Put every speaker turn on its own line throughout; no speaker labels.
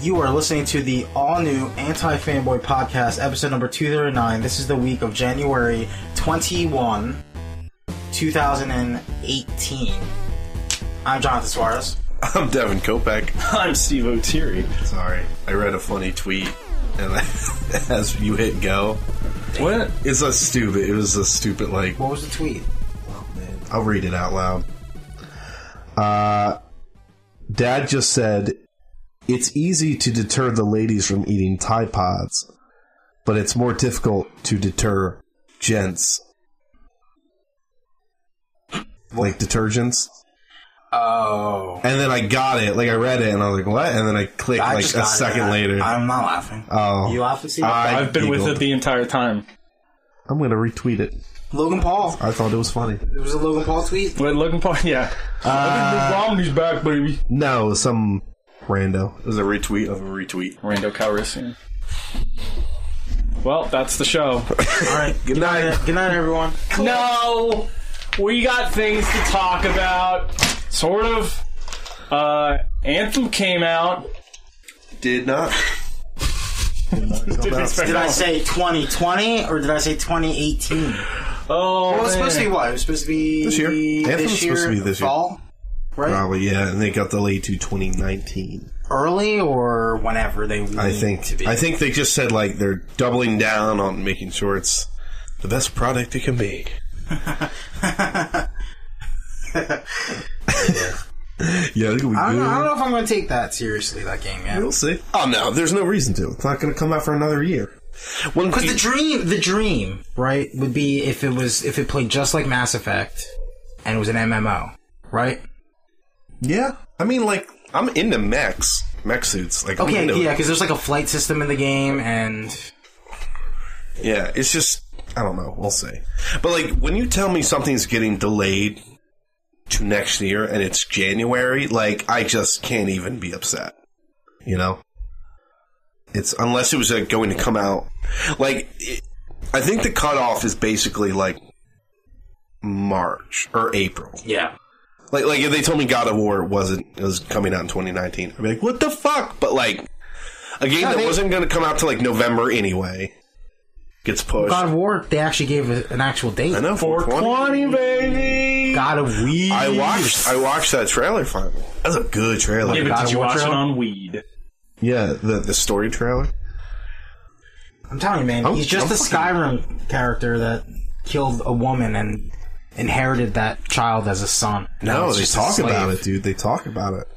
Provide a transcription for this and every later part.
You are listening to the all new Anti Fanboy Podcast, episode number 239. This is the week of January 21, 2018. I'm Jonathan Suarez.
I'm Devin Kopeck.
I'm Steve O'Teary.
Sorry, I read a funny tweet, and as you hit go,
What?
it's a stupid. It was a stupid like.
What was the tweet?
I'll read it out loud. Uh, Dad just said, "It's easy to deter the ladies from eating Tide Pods, but it's more difficult to deter gents." Like detergents,
Oh.
and then I got it. Like I read it, and I was like, "What?" And then I clicked
I
like
just
a
got it.
second
I-
later.
I'm not laughing.
oh,
you laugh to see
I
I've been with
giggled.
it the entire time.
I'm gonna retweet it.
Logan Paul.
I thought it was funny.
It was a Logan Paul tweet.
Wait, Logan Paul, yeah. Uh, Romney's back, baby.
No, some rando. It was a retweet of a retweet.
Rando Calrissian. Well, that's the show.
All right.
Good night.
Good night, everyone.
no, we got things to talk about. Sort of. Uh, Anthem came out.
Did not.
Didn't expect
Did I
that.
say 2020 or did I say 2018?
Oh,
Well, it was
man.
supposed to be what? It was supposed to be
This year. Anthem was
This year,
supposed to be this year.
fall, right?
Probably yeah, and they got delayed to 2019.
Early or whenever they.
I
need To
think.
be.
I think they just said like they're doubling down on making sure it's the best product it can be. yeah, it'll be
I don't, know, I don't
good.
know if I'm going to take that seriously. That game, yeah.
We'll see. Oh no, there's no reason to. It's not going to come out for another year. When
Because the dream, the dream, right, would be if it was if it played just like Mass Effect, and it was an MMO, right?
Yeah, I mean, like I'm into mechs, mech suits. Like I'm
Okay,
into
yeah,
it.
because there's like a flight system in the game, and
yeah. It's just I don't know. We'll see. But like when you tell me something's getting delayed to next year and it's January, like I just can't even be upset. You know, it's unless it was like, going to come out. Like it, I think the cutoff is basically like March or April.
yeah,
Like, like if they told me God of War wasn't it was coming out in 2019, I'd be like, what the fuck? But like, a game
Yeah,
that
they-
wasn't going to come out till like November anyway gets pushed.
God of War, they actually gave a- an actual date.
I know 420.
420, baby.
God of Wii.
I watched. I watched that trailer finally. That's a good trailer.
Yeah,
Yeah,
but
God
did you
of War
watch it
trailer?
on Weed?
the the story trailer.
I'm telling you, man,
I'm-
he's just
I'm
a Skyrim character that killed a woman and inherited that child as a son. Now
No,
it's
they
just a
talk
slave.
about it, dude. They talk about it.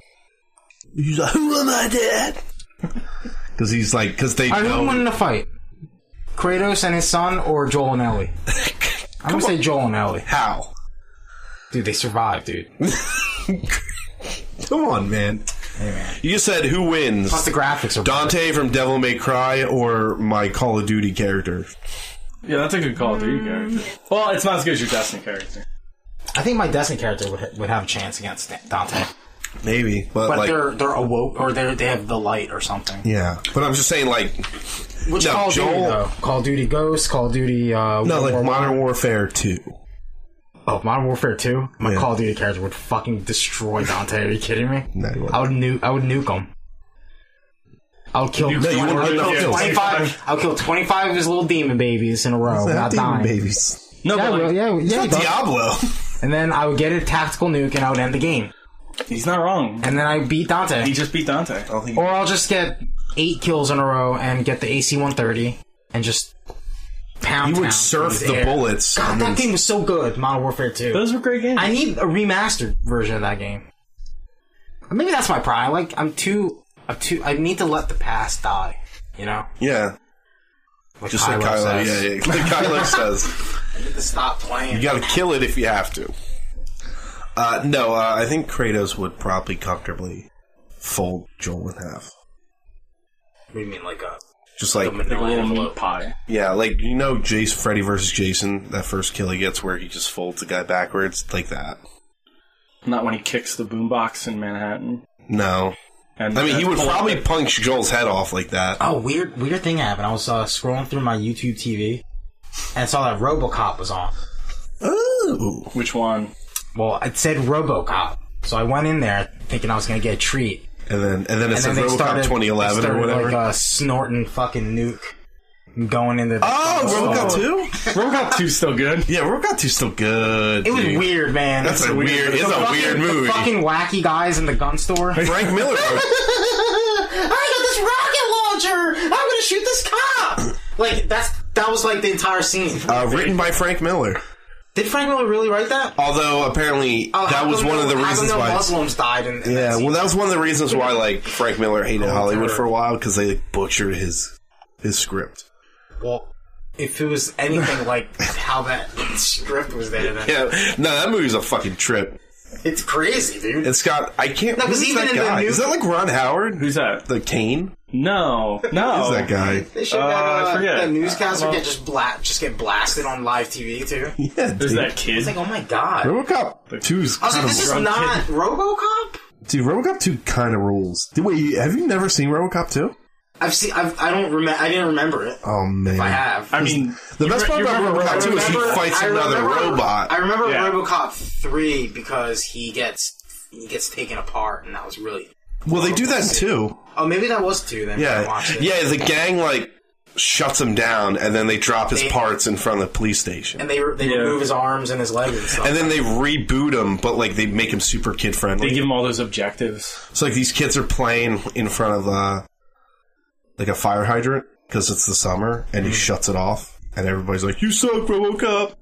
He's like, who am I, Dad? Because he's like, because they
All right, who
know.
won in the fight? Kratos and his son, or Joel and Ellie? I'm gonna say Joel and Ellie.
How?
Dude, they survived, dude.
Come on, man. You just said who wins.
Plus the graphics are.
Dante from Devil May Cry or my Call of Duty character.
Yeah, that's a good Call of Duty character. Well, it's not as good as your Destiny character.
I think my Destiny character would, ha- would have a chance against Dante,
Maybe, but,
but
like,
they're they're awoke or they are they have the light or something.
yeah. But I'm just saying, like,
Which
No,
Call of Duty
Joel-
though? Call of Duty Ghosts, Call of Duty. Uh,
no,
World
like
War
Modern Warfare Two.
Oh, Modern Warfare 2? My
Yeah.
Call of Duty character would fucking destroy Dante. Are you kidding me?
No, you wouldn't.
I would nuke. I would nuke him. I would kill.
No, you wouldn't
I would
nuke
kill
him.
25. I would kill 25 of his little demon babies in a row, not dying.
babies.
No,
Yeah, I
but like,
will, yeah, yeah. dog.
Diablo.
And then I would get a tactical nuke, and I would end the game.
he's not wrong.
And then I beat
He
Dante,
just beat Dante.
or I'll just get eight kills in a row and get the AC-130 and just pound.
you would
town
surf
through
the
air.
bullets.
God,
and then-
that game was so good, Modern Warfare 2.
Those were great games.
I need a remastered version of that game. Maybe that's my problem. Like I'm too, I'm too. I need to let the past die. You know,
yeah, just like Kylo.
says.
Yeah, yeah. Like Kylo says,
I need to stop
you
playing.
got to kill it if you have to. Uh, no, uh, I think Kratos would probably comfortably fold Joel in half.
What do you mean, like a
Just like
like a little meat pie.
Yeah, like you know, Jason, Freddy versus Jason, that first kill he gets where he just folds the guy backwards like that.
Not when he kicks the boombox in Manhattan.
No,
And
I mean he
and
would
pull
probably
it.
punch Joel's head off like that.
Oh, weird, weird thing happened. I was uh, scrolling through my YouTube TV and I saw that RoboCop was on.
Oh.
Ooh,
Which one?
Well, it said RoboCop, so I went in there thinking I was gonna get a treat.
and then and then it said
they
RoboCop
started-
2011
they
or
started,
whatever.
Like, uh, snorting fucking nuke, and going into. The
oh, RoboCop 2?
RoboCop 2's still good.
Yeah, RoboCop 2's still good.
It was
dude.
weird, man.
That's a weird. It's
The
a
fucking-
weird
the
movie.
fucking wacky guys in the gun store.
Frank Miller. wrote-
I got this rocket launcher. I'm gonna shoot this cop. Like that's that was like the entire scene.
Uh, written by Frank Miller.
Did Frank Miller really write that?
Although apparently
Oh, how
that was
come
one
no-
of the
how come
reasons
no
why.
Muslims died. In, in
Yeah,
that
well,
scene?
that was one of the reasons why like Frank Miller hated Hollywood
dude.
for a while because they like, butchered his his script.
well, if it was anything like how that script was there, then
Yeah, no, that movie's a fucking trip.
it's crazy, dude.
And Scott, I can't.
No, 'cause
who's
even
that
in the
guy?
new-
Is that like Ron Howard?
Who's that?
the Kane?
No, no.
Who's that guy?
They should
Uh,
that,
I
uh,
forget.
that newscaster
Uh,
get
Uh-huh.
just bla- just get blasted on live TV too. It's
Yeah,
There's
dude.
that kid.
like, oh my god.
RoboCop Two's
I was
kind
like,
of
this is
rules.
not RoboCop.
dude. RoboCop Two kind of rules. Dude, wait, have you never seen RoboCop Two?
I've seen. I've, I don't remember. I didn't remember it.
Oh man,
I have.
I mean,
The best part
you
about
remember
RoboCop Two is he
remember-
fights
I
another
remember-
robot.
I remember
Yeah.
RoboCop three because he gets he gets taken apart, and that was really.
well, they do that in two.
Oh, maybe that was two. Then when I
Yeah,
watched it.
yeah. The gang like shuts him down, and then they drop his
They-
parts in front of the police station,
and they re- they
Yeah.
remove his arms and his legs and stuff.
and then they reboot him, but like they make him super kid
they
friendly.
give him all those objectives.
so like these kids are playing in front of uh, like a fire hydrant because it's the summer, and
Mm-hmm.
he shuts it off, and everybody's like, "You suck, RoboCop."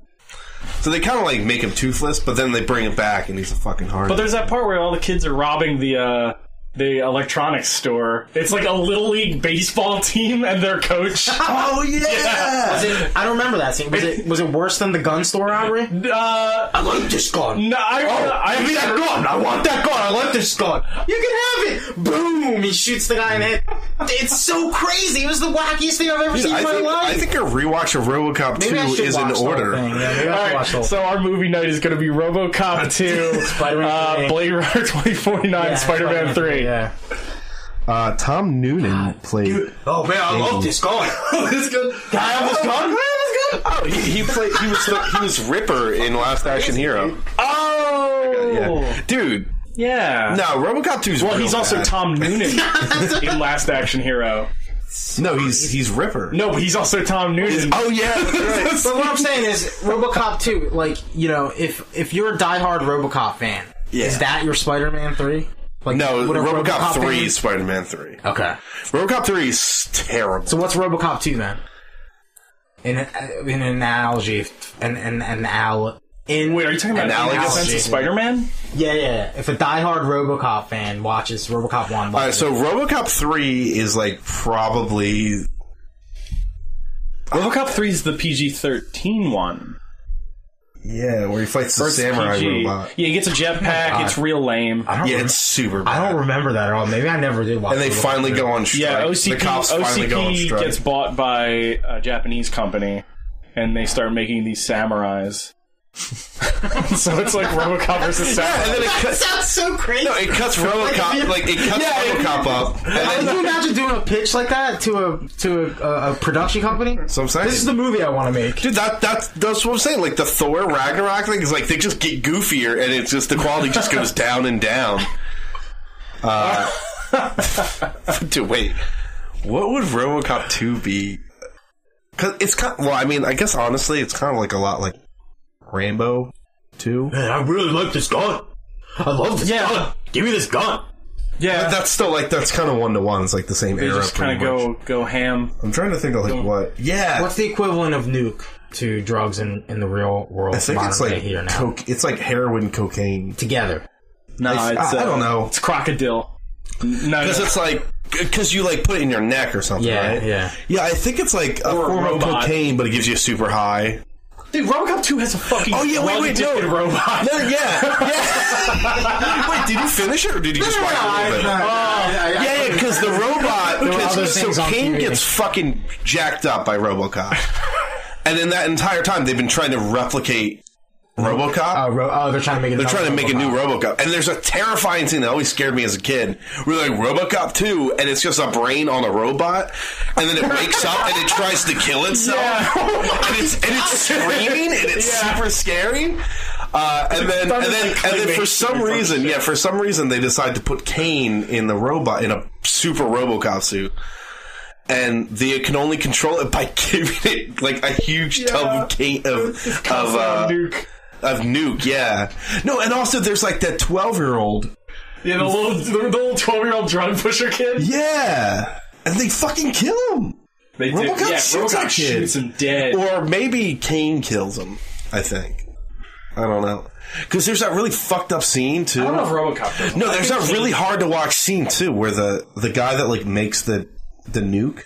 So they kind of like make him toothless, but then they bring him back, and he's a fucking hard.
But there's that part where all the kids are robbing the uh, the electronics store. It's like a little league baseball team and their coach. Uh,
oh yeah.
Was it- I don't remember that scene. Was it was it worse than the gun store robbery?
Uh,
I like this gun.
Oh,
no, I, I,
Give me that gun. I want that gun. I like this gun. You can have it. Boom! He shoots the guy in the head. It's so crazy. It was the wackiest thing I've ever seen
I
in my
think,
life.
I think a rewatch of RoboCop
Maybe I
2
should
is
watch
in
the whole
order.
thing. Yeah, maybe I should
All right,
watch the whole
so our movie night is going to be RoboCop 2,
Spider-Man
uh,
three.
Blade Runner 2049,
Yeah,
Spider-Man 3.
Yeah.
Uh, Tom Noonan played.
Oh man, I love this gun. this gun. Can I have this gun?
Oh, he, he played. He was the, he was Ripper in Last Action Hero.
Oh!
Yeah. dude.
Yeah.
No, RoboCop 2 is
Well, he's also Tom Noonan in Last Action Hero.
No, he's he's Ripper.
No, but he's also Tom Noonan.
Oh yeah, that's right.
But what I'm saying is, RoboCop 2, like, you know, if if you're a diehard RoboCop fan,
Yeah.
is that your Spider-Man 3? Like,
no,
would a
RoboCop, Three,
fan-
is Spider-Man Three.
Okay.
RoboCop Three is terrible.
So what's RoboCop 2 then? In, a- in an analogy, if- an an an al in
Wait, are you talking about
Analogous.
Analogous Sense of Spider-Man?
yeah, yeah yeah. If a diehard RoboCop fan watches RoboCop one,
All right, so RoboCop Three is like probably
RoboCop 3 is the PG-13 one.
yeah, where he fights the
It's
samurai
PG.
robot.
Yeah, he gets a jetpack. it's real lame.
I don't
Uh, Yeah,
remem-
it's super. Bad.
I don't remember that at all. Maybe I never did watch.
and they
RoboCop
finally
2.
go on strike.
Yeah, OCP,
the cops finally go on
OCP
strike.
gets bought by a Japanese company, and they start making these samurais. so it's like RoboCop versus
yeah, and
samurai.
then it
That
cuts.
sounds so crazy.
No, it cuts RoboCop. like it cuts
Yeah, it-
RoboCop up.
Can
And
you
then,
imagine doing a pitch like that to a to a, a, a production company?
so I'm saying,
This is the movie I want to make.
dude, that that's that's what I'm saying. Like the Thor Ragnarok thing is like they just get goofier, and it's just the quality just goes down and down. Uh, dude, wait, what would RoboCop two be? Cause it's kind. well, I mean, I guess honestly, it's kind of like a lot like Rambo two.
Man, I really like this gun. I love this
Yeah.
Give me this gun.
Yeah,
That's still like that's kind of one to one. It's like the same
they
era.
just kind of
pretty much.
go go ham.
I'm trying to think of like what. Yeah,
What's the equivalent of nuke to drugs in, in the real world?
I think
modern
it's
day
like
here now.
coke. It's like heroin, cocaine.
Together.
No,
I-
it's,
I
uh,
don't know.
It's crocodile. N- No,
Because uh,
no.
it's like because you like put it in your neck or something.
Yeah,
right?
yeah.
yeah. I think it's like a
Or a
form of
robot.
cocaine, but it gives you a super high.
dude, RoboCop two has a fucking
Oh yeah, wait, wait, no,
drug-addicted robot.
No, yeah, yeah. wait, did you finish it or did you just watch a little bit? Oh. Yeah, yeah, because the robot,
were other
'cause-
things
so
on
Kane
TV.
gets fucking jacked up by RoboCop, and in that entire time they've been trying to replicate RoboCop.
Oh, ro- oh, they're trying to make it.
They're trying to make a new RoboCop, and there's a terrifying scene that always scared me as a kid. We're like RoboCop two, and it's just a brain on a robot, and then it wakes up and it tries to kill itself,
Yeah.
and it's and it's screaming and it's
Yeah.
super scary. Uh, and then, and then,
like
and then, for
claymation
some
or
reason, yeah, for some reason, they decide to put Kane in the robot in a super RoboCop suit, and they can only control it by giving it like a huge tub of Kane of of uh,
Nuke.
of nuke. Yeah, no, and also there's like that twelve year old.
Yeah, the little the, the little twelve year old drug pusher kid.
Yeah, and they fucking kill him.
They do.
RoboCop
yeah,
shoots
RoboCop
that kid.
shoots him dead.
Or maybe Kane kills him. I think. I don't know. Because there's that really fucked up scene too.
I don't know if RoboCop does.
No, there's that really hard to watch scene too, where the the guy that like makes the the nuke.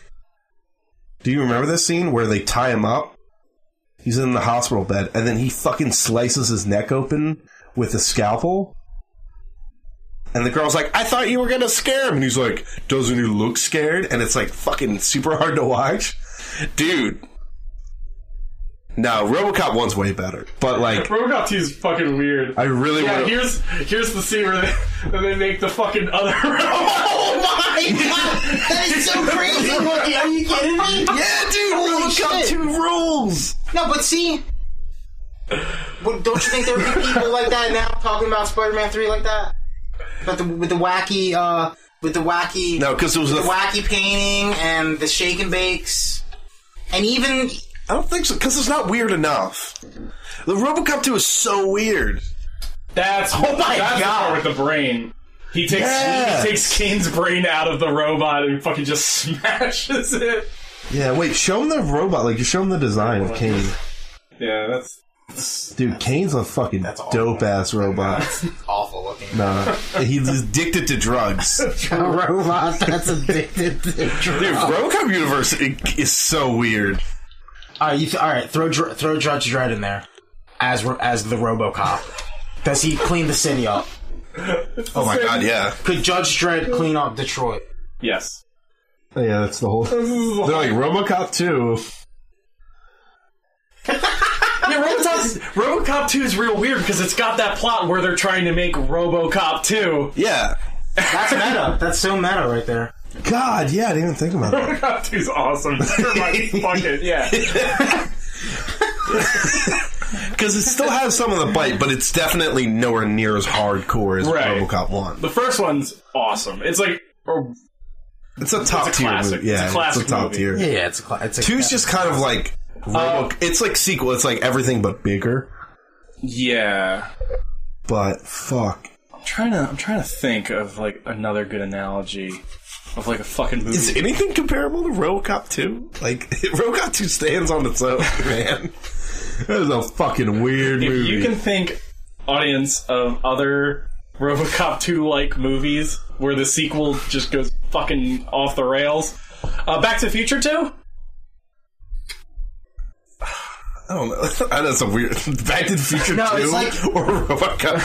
Do you remember this scene where they tie him up? He's in the hospital bed, and then he fucking slices his neck open with a scalpel. And the girl's like, "I thought you were gonna scare him," and he's like, "Doesn't he look scared?" And it's like fucking super hard to watch, dude. No, RoboCop one's way better, but like,
RoboCop two is fucking weird.
I really
yeah,
want to.
here's here's the scene where they, where they make the fucking other robot.
Oh my god! That is so crazy! looking. Are you kidding me?
Yeah, dude,
Holy
RoboCop
shit.
two rules.
No, but see, well, don't you think there would be people like that now talking about Spider-Man three like that? But the, with the wacky, uh, with the wacky,
No, because it was
the
a.
wacky painting and the shake and bakes, and even
I don't think so because it's not weird enough. The RoboCop 2 is so weird.
That's oh
my
that's the
God.
part with the brain. He takes
Yeah.
he takes Kane's brain out of the robot and fucking just smashes it.
Yeah, wait. Show him the robot. Like, just show him the design of Kane.
Yeah, that's
Dude, Kane's a fucking
awful.
dope ass robot.
awful looking.
Nah, he's addicted to drugs.
A robot that's addicted to
Dude,
drugs.
RoboCop universe i- is so weird.
All right, you th- all right. Throw Dr- throw Judge Dredd in there as ro- as the RoboCop. Does he clean the city up?
Oh my god, yeah.
Could Judge Dredd clean up Detroit?
yes.
Oh, Yeah, that's the whole. They're like RoboCop 2.
Yeah, RoboCop, RoboCop 2 is real weird because it's got that plot where they're trying to make RoboCop 2.
Yeah.
That's meta. That's so meta right there.
God, yeah. I didn't even think about it.
RoboCop 2 is awesome. Never mind, Fuck it, yeah.
Because it still has some of the bite, but it's definitely nowhere near as hardcore as
Right.
RoboCop 1.
The first one's awesome. It's like, oh, or,
It's a top tier
classic.
movie.
It's a
Yeah,
classic
top
movie.
tier.
Yeah, yeah. It's a cla- it's a
Two's just kind of like Robo-
Uh,
it's like sequel. It's like everything but bigger.
yeah.
But fuck,
I'm trying to, I'm trying to think of like another good analogy of like a fucking movie.
is anything comparable to RoboCop two? Like RoboCop two stands on its own, man. That is a fucking weird
if
movie.
you can think, audience, of other RoboCop 2 like movies where the sequel just goes fucking off the rails. Uh, Back to the Future 2?
I don't know. That's a weird. Back to the Future
No,
two
it's like-
or RoboCop.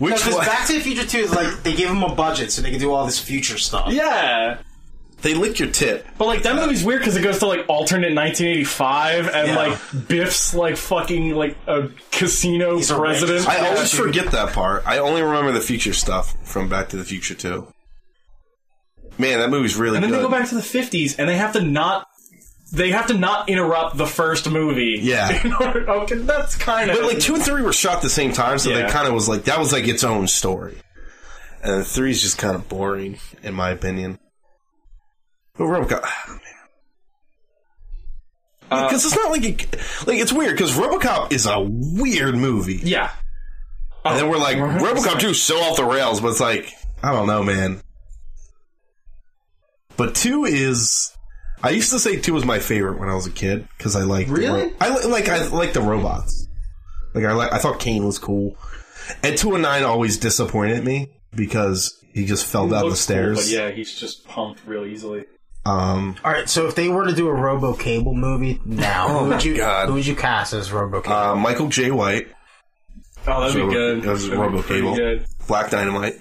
Which
Because
one?
Back to the Future 2 is like they give them a budget so they can do all this future stuff.
Yeah.
they lick your tit.
But like that movie's weird because it goes to like alternate 1985 and
Yeah.
like Biff's like fucking like a casino
a rich-
president.
I
Yeah.
always forget that part. I only remember the future stuff from Back to the Future two. Man, that movie's really
and then
good.
they go back to the 50s and they have to not they have to not interrupt the first movie.
Yeah.
In order- okay, that's kind of
But like two and three were shot at the same time, so
Yeah.
they kind of was like that was like its own story, and three's just kind of boring in my opinion. But RoboCop, because it's not like it, like it's weird because RoboCop is a weird movie,
yeah.
and then we're
Oh.
like RoboCop two is so off the rails, but it's like I don't know, man. But two is. I used to say two was my favorite when I was a kid because I liked the
Really?
ro- I li- like I like the robots. Like I like I thought Kane was cool. And two and nine always disappointed me because he just fell down the
Looks cool,
stairs.
but yeah, he's just pumped real easily.
Um,
All right, so if they were to do a Robo Cable movie now, who would you
Oh God.
who would you cast as Robo Cable?
uh, Michael J. White,
Oh, that'd
So,
be good.
that was
That'd be
Robo
pretty
Cable.
good.
Black Dynamite.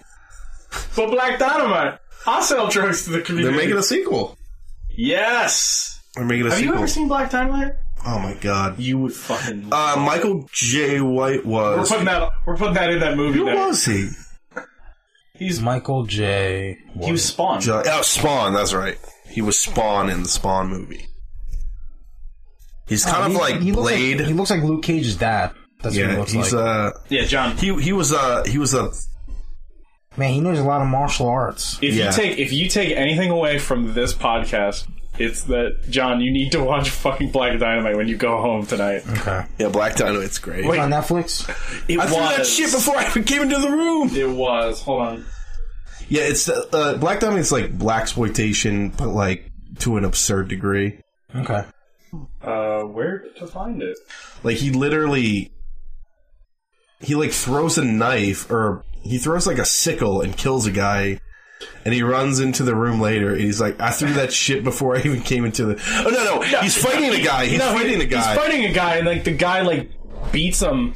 But Black Dynamite, I sell drugs to the
They're
community.
making a sequel.
yes.
They're making a
Have
sequel.
you ever seen Black Dynamite?
oh my god.
You would fucking.
Uh, Michael J. White
we're
was
putting that. We're putting that in that movie.
who
now.
was he?
He's
Michael J.
he was Spawn.
Jo- oh, Spawn. That's right. He was Spawn in the Spawn movie. He's kind of like
Oh, he looks
Blade.
Like, he looks like Luke Cage's dad. That's what he
Yeah,
looks
he's
like.
uh
Yeah, John.
he he was uh he was a uh,
Man, he knows a lot of martial arts.
If
yeah.
you take if you take anything away from this podcast, it's that John, you need to watch fucking Black Dynamite when you go home tonight.
Okay.
yeah Black Dynamite's great.
Wait,
On Netflix?
It
I
was
threw that shit before I even came into the room.
It was. Hold on.
Yeah, it's uh, uh, Black Dynamite's like black exploitation, but like to an absurd degree.
Okay.
Uh, where to find it?
Like he literally, he like throws a knife or he throws like a sickle and kills a guy, and he runs into the room later. And he's like, "I threw that shit before I even came into the." Oh no, no, he's fighting a guy. He's
he-
fighting a guy.
He's fighting a guy, and like the guy like beats him,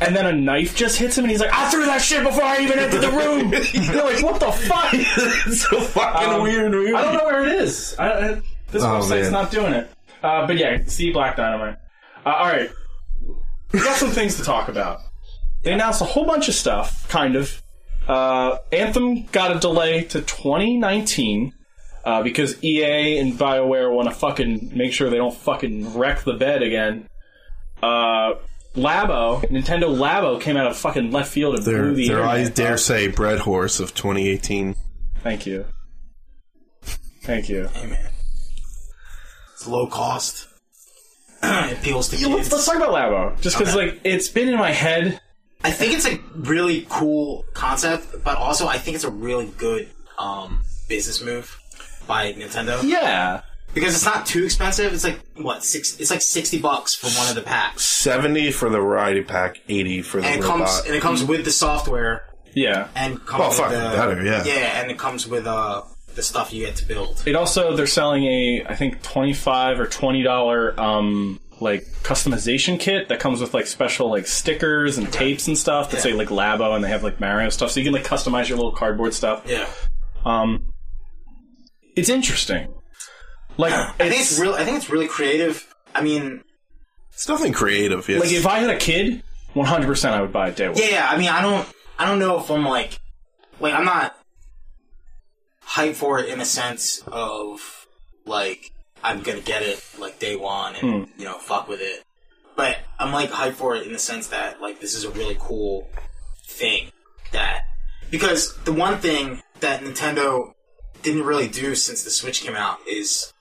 and then a knife just hits him, and he's like, "I threw that shit before I even entered the room." They're like, "What the fuck?"
it's so fucking
Um,
weird. Movie.
I don't know where it is. I, I, this
Oh,
website's
man.
not doing it. Uh, but yeah, see Black Dynamite. Uh, all right, we got some things to talk about. They announced a whole bunch of stuff, kind of. Uh, Anthem got a delay to 2019 uh, because EA and BioWare want to fucking make sure they don't fucking wreck the bed again. Uh, Labo, Nintendo Labo came out of fucking left field and
Their,
blew the
their I
internet
dare
up.
say bread horse of 2018.
Thank you. Thank you.
Hey, man. It's low cost. it appeals to
Yeah, let's, let's talk about Labo. Just because, like, it's been in my head.
I think it's a really cool concept, but also I think it's a really good um, business move by Nintendo
Yeah.
because it's not too expensive. It's like what six? It's like sixty bucks for one of the packs,
70 for the variety pack, 80 for the
and it
robot.
comes and it comes with the software
Yeah.
and comes
Oh,
with
fuck,
the,
better, yeah.
yeah, and it comes with uh the stuff you get to build.
It also, they're selling a, I think, 25 or $20, um, like, customization kit that comes with, like, special, like, stickers and tapes and stuff that say, like, Labo and they have, like, Mario stuff. So you can, like, customize your little cardboard stuff.
Yeah,
Um, it's interesting. Like,
I think it's
it's,
real. I think it's really creative. I mean,
It's nothing creative. Yes.
like, if I had a kid, 100% I would buy it day one.
yeah, yeah. I mean, I don't, I don't know if I'm like, like I'm not hyped for it in a sense of like I'm gonna get it like day one and
Hmm.
you know fuck with it, but I'm like hyped for it in the sense that like this is a really cool thing that because the one thing that Nintendo didn't really do since the Switch came out is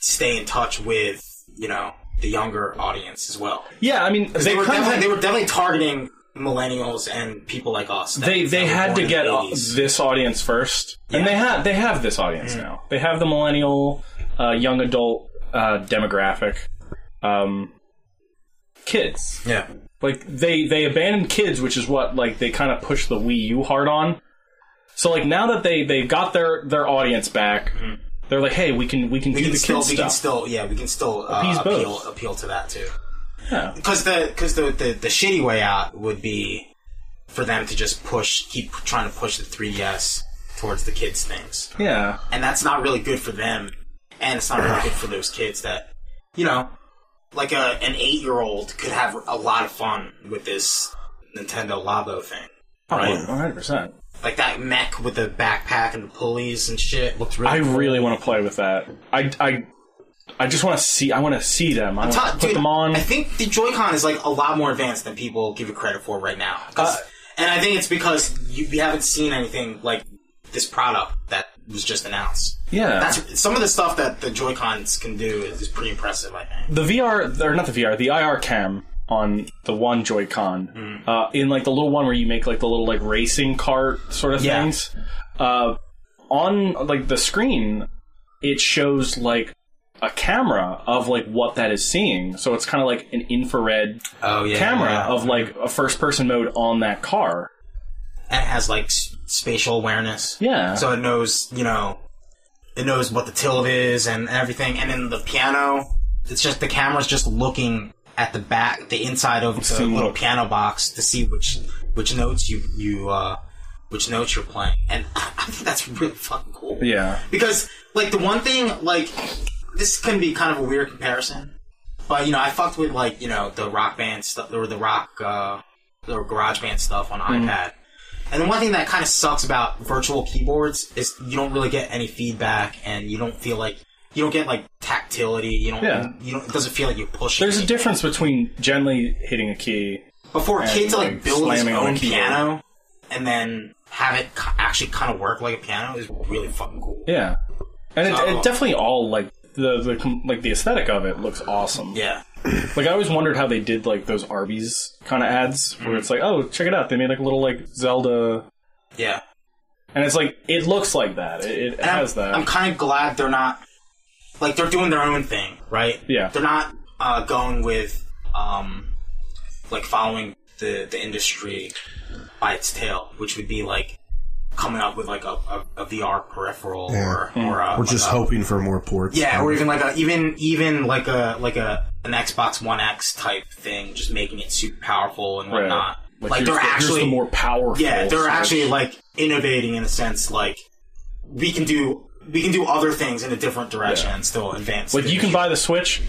stay in touch with you know the younger audience as well.
Yeah, I mean,
They,
they
were
kind
definitely,
of
they were definitely targeting millennials and people like us. that-
they
that
they
were
had
born
to
in
get
the
au-
80s.
this audience first, and they have they have this audience
Mm.
now. They have the millennial, uh, young adult uh, demographic, um, kids.
yeah.
Like they they abandoned kids, which is what like they kind of pushed the Wii U hard on. So like now that they they got their their audience back, they're like, hey, we can we can
Mm. We
do
can
the
still,
kids
we can
stuff.
still, yeah, we can still uh,
Appease both.
appeal appeal to that too.
Yeah.
Because the because the, the the shitty way out would be for them to just push, keep trying to push the 3ds towards the kids things,
yeah,
and that's not really good for them, and it's not really good for those kids that, you know, like a an eight year old could have a lot of fun with this Nintendo Labo thing.
right, Oh, one hundred percent.
like that mech with the backpack and the pulleys and shit looks really.
I really want to play with that. I I. I just want to see. I want to see them. I want
Todd,
to put
dude,
them on.
I think the Joy-Con is like a lot more advanced than people give it credit for right now. 'Cause-
Uh,
and I think it's because you, we haven't seen anything like this product that was just announced.
yeah,
That's some of the stuff that the Joy-Cons can do is, is pretty impressive. I think.
the VR or not the VR, the IR cam on the one Joy-Con,
Mm.
uh, in like the little one where you make like the little like racing cart sort of
Yeah.
things. Uh, on like the screen, it shows like a camera of like what that is seeing. So it's kind of like an infrared
Oh yeah,
camera of like a first-person mode on that car.
and it has like s- spatial awareness.
Yeah.
So it knows, you know, it knows what the tilt is and everything. And then the piano, it's just the camera's just looking at the back, the inside of the
seeing
little
what-
piano box to see which which notes you you uh which notes you're playing. And I think that's really fucking cool.
yeah.
Because like the one thing like this can be kind of a weird comparison, but you know I fucked with like you know the rock band stuff or the rock uh, the garage band stuff on
Hmm.
iPad. And the one thing that kind of sucks about virtual keyboards is you don't really get any feedback, and you don't feel like you don't get like tactility. You don't.
Yeah.
You don't. It doesn't feel like you push.
There's a difference between gently hitting a key
before
And,
kid to like
like,
build his
slamming on a
own
keyboard.
piano and then have it c- actually kind of work like a piano is really fucking cool.
Yeah, and it,
So-
it definitely all like the the com- like the aesthetic of it looks awesome.
Yeah.
Like I always wondered how they did like those Arby's kind of ads where it's like, oh, check it out, they made like a little like Zelda,
Yeah.
and it's like it looks like that. It, it
And I'm-
has that.
I'm kind of glad they're not like they're doing their own thing, right?
Yeah.
They're not uh, going with um, like following the the industry by its tail, which would be like coming up with like a, a, a VR peripheral or
Mm.
or a,
We're just
like a-
hoping for more ports.
yeah, or
Um,
even like a even even like a like a an Xbox One X type thing, just making it super powerful and
Right.
whatnot. Like,
here's
they're
the- here's
actually
the more powerful.
yeah, they're
sort of-
actually like innovating in a sense. Like we can do we can do other things in a different direction and still advance.
Like you can buy the Switch,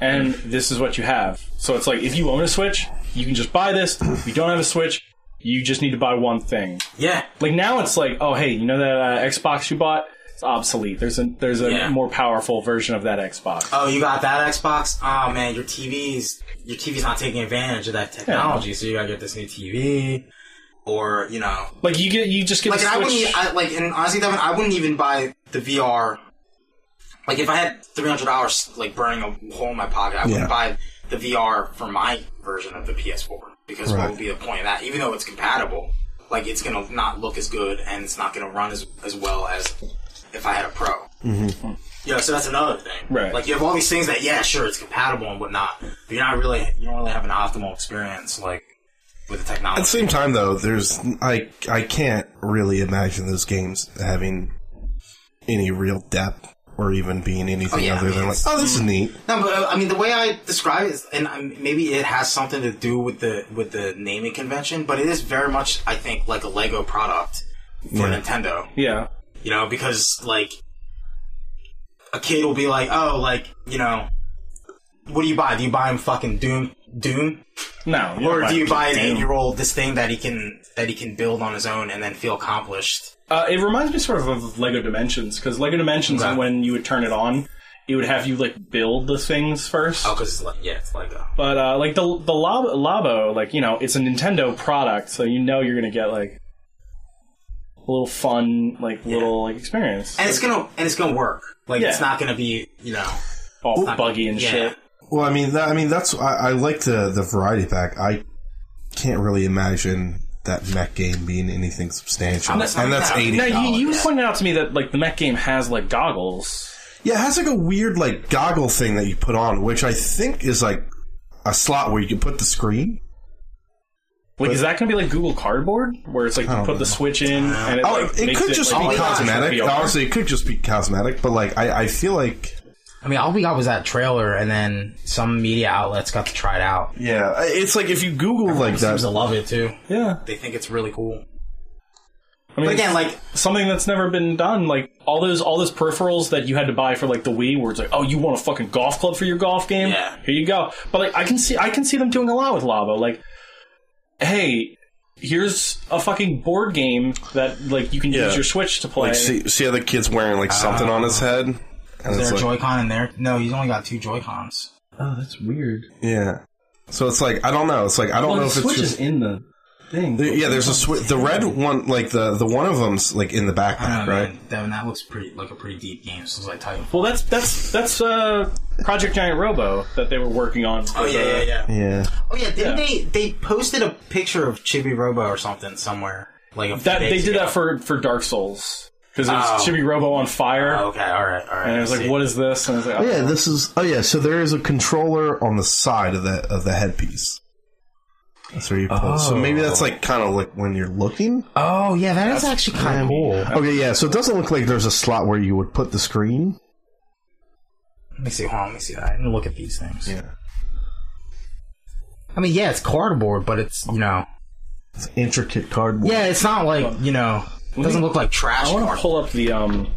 and
Mm.
this is what you have. So it's like if you own a Switch, you can just buy this. If you don't have a Switch, you just need to buy one thing.
yeah,
Like now it's like, oh hey, you know that uh, Xbox you bought? It's obsolete. There's a there's a
Yeah.
more powerful version of that Xbox.
oh you got that Xbox. Oh man, your TV's your TV's not taking advantage of that technology, so you gotta get this new TV. Or you know,
Like you get you just get
like
the
and I
Switch.
wouldn't e- I, like and honestly, Devin, I wouldn't even buy the VR. Like if I had three hundred dollars like burning a hole in my pocket, I
Yeah.
wouldn't buy the VR for my version of the PS4 because
Right.
what would be the point of that? Even though it's compatible, like it's gonna not look as good and it's not gonna run as as well as if I had a Pro. Mm-hmm. Yeah, so that's another thing.
Right.
Like you have all these things that yeah, sure, it's compatible and whatnot, but you're not really you don't really have an optimal experience like with the
At the
technology.
same time, though, there's I I can't really imagine those games having any real depth or even being anything
yeah,
other
I mean,
than like,
it's-
oh, this is neat.
No, but uh, I mean the way I describe it, is, and um, maybe it has something to do with the with the naming convention, but it is very much, I think, like a Lego product for
Yeah.
Nintendo.
yeah,
You know, because like a kid will be like, "Oh, like you know, what do you buy? Do you buy him fucking Doom, Doom,
no. you
or
don't
do you buy an
Doom.
eight-year-old this thing that he can that he can build on his own and then feel accomplished?"
Uh, it reminds me sort of of Lego Dimensions because Lego Dimensions,
Okay.
when you would turn it on, it would have you like build the things first.
Oh, because like yeah, it's Lego.
But uh, like the the Lab- Labo, like you know, it's a Nintendo product, so you know you're gonna get like a little fun, like little like experience,
And it's gonna and it's gonna work. Like it's
Yeah.
not gonna be you know
all buggy and
yeah.
shit.
Well, I mean, that, I mean that's I, I like the the variety pack. I can't really imagine that mech game being anything substantial,
I'm not-
and that's
I'm not-
eighty.
Now you you pointed out to me that like the mech game has like goggles.
Yeah, it has like a weird like goggle thing that you put on, which I think is like a slot where you can put the screen.
Like, is that gonna be like Google Cardboard, where it's like you
don't
Oh.
put the
know.
Switch in and it,
Oh,
like,
it, it
makes
could just
like,
be
like,
cosmetic.
VR?
Honestly, it could just be cosmetic, but like I, I feel like
I mean, all we got was that trailer, and then some media outlets got to try it out.
Yeah, I- it's like if you Google like
Seems to
that.
love it too.
yeah.
They think it's really cool.
I mean,
But again,
it's
like
something that's never been done. Like all those all those peripherals that you had to buy for like the Wii, where it's like, oh, you want a fucking golf club for your golf game?
Yeah.
Here you go. But like, I can see I can see them doing a lot with Lava. Like, hey, here's a fucking board game that like you can
Yeah.
use your Switch to play.
Like, see, see how the kid's wearing like something on his head. And it's
is there a
like-
Joy-Con in there? No, he's only got two Joy-Cons.
oh, that's weird.
yeah. So it's like I don't know. It's like I don't know if it's just.
in the thing.
the- yeah, there's a swi the red one, like the the one of them's like in the
I
backpack,
don't know,
right?
man. Devin, that looks pretty like a pretty deep game. So it's like Titanfall.
well, that's that's that's uh, Project Giant Robo that they were working on. for
Oh yeah,
the-
yeah, yeah.
Yeah,
Oh yeah, didn't
Yeah.
they? They posted a picture of Chibi Robo or something somewhere. Like a few
That they
days
did
ago.
that for for Dark Souls because it was
Oh.
Chibi Robo on fire.
Oh, okay, all right, all right.
And I was like,
see.
"What is this?" And I was like, oh,
yeah. This is oh yeah. So there is a controller on the side of the of the headpiece. That's where you pull. So maybe that's like kind of like when you're looking.
Oh yeah, that is actually kind of cool.
Okay, yeah. So it doesn't look like there's a slot where you would put the screen.
Let me see. Hold on, let me see that. I didn't look at these things.
Yeah,
I mean, yeah, it's cardboard, but it's you know,
it's intricate cardboard.
yeah, it's not like you know, it doesn't look like trash.
I want to
cardboard.
pull up the um,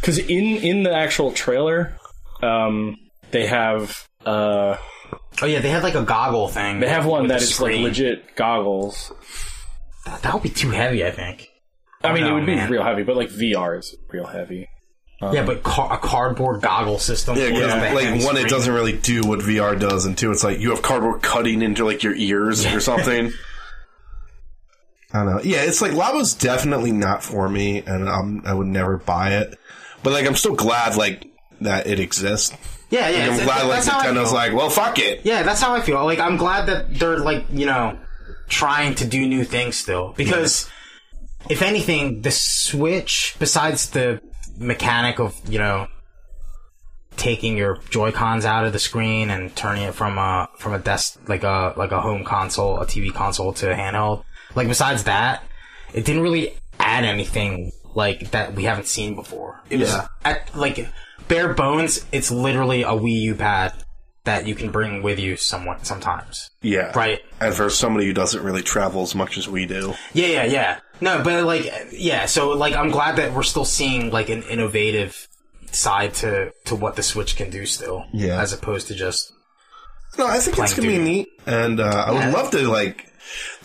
because in in the actual trailer, um, they have uh,
Oh yeah, they had like a goggle thing.
they have one
with
that
the
is like
screen.
legit goggles.
That that would be too heavy, I think.
I mean,
no,
it would
Oh, man.
be real heavy, but like VR is real heavy.
yeah, but car- a cardboard goggle system.
Yeah, 'cause,
What is the heavy
like one, it
screen?
doesn't really do what VR does, and two, it's like you have cardboard cutting into like your ears or something. I don't know. Yeah, it's like Labo's definitely not for me, and um, I would never buy it. But like, I'm still glad like that it exists.
Yeah, yeah.
Like, I'm
it's-
glad like
that's how I
Nintendo's
feel.
like, well, fuck it.
Yeah,
that's how I feel. Like I'm glad that they're like you know trying to do new things still because if anything, the Switch besides the mechanic of you know taking your Joy Cons out of the screen and turning it from a from a desk like a like a home console, a TV console to a handheld. Like besides that, it didn't really add anything like that we haven't seen before. It was
Yeah.
at, like bare bones. It's literally a Wii U pad that you can bring with you somewhat sometimes.
Yeah,
Right.
And for somebody who doesn't really travel as much as we do,
Yeah, yeah, yeah. No, but like, yeah. So like, I'm glad that we're still seeing like an innovative side to to what the Switch can do still.
Yeah.
As opposed to just
No, I think it's gonna be
playing Doom.
neat, and uh, I
Yeah.
would love to like.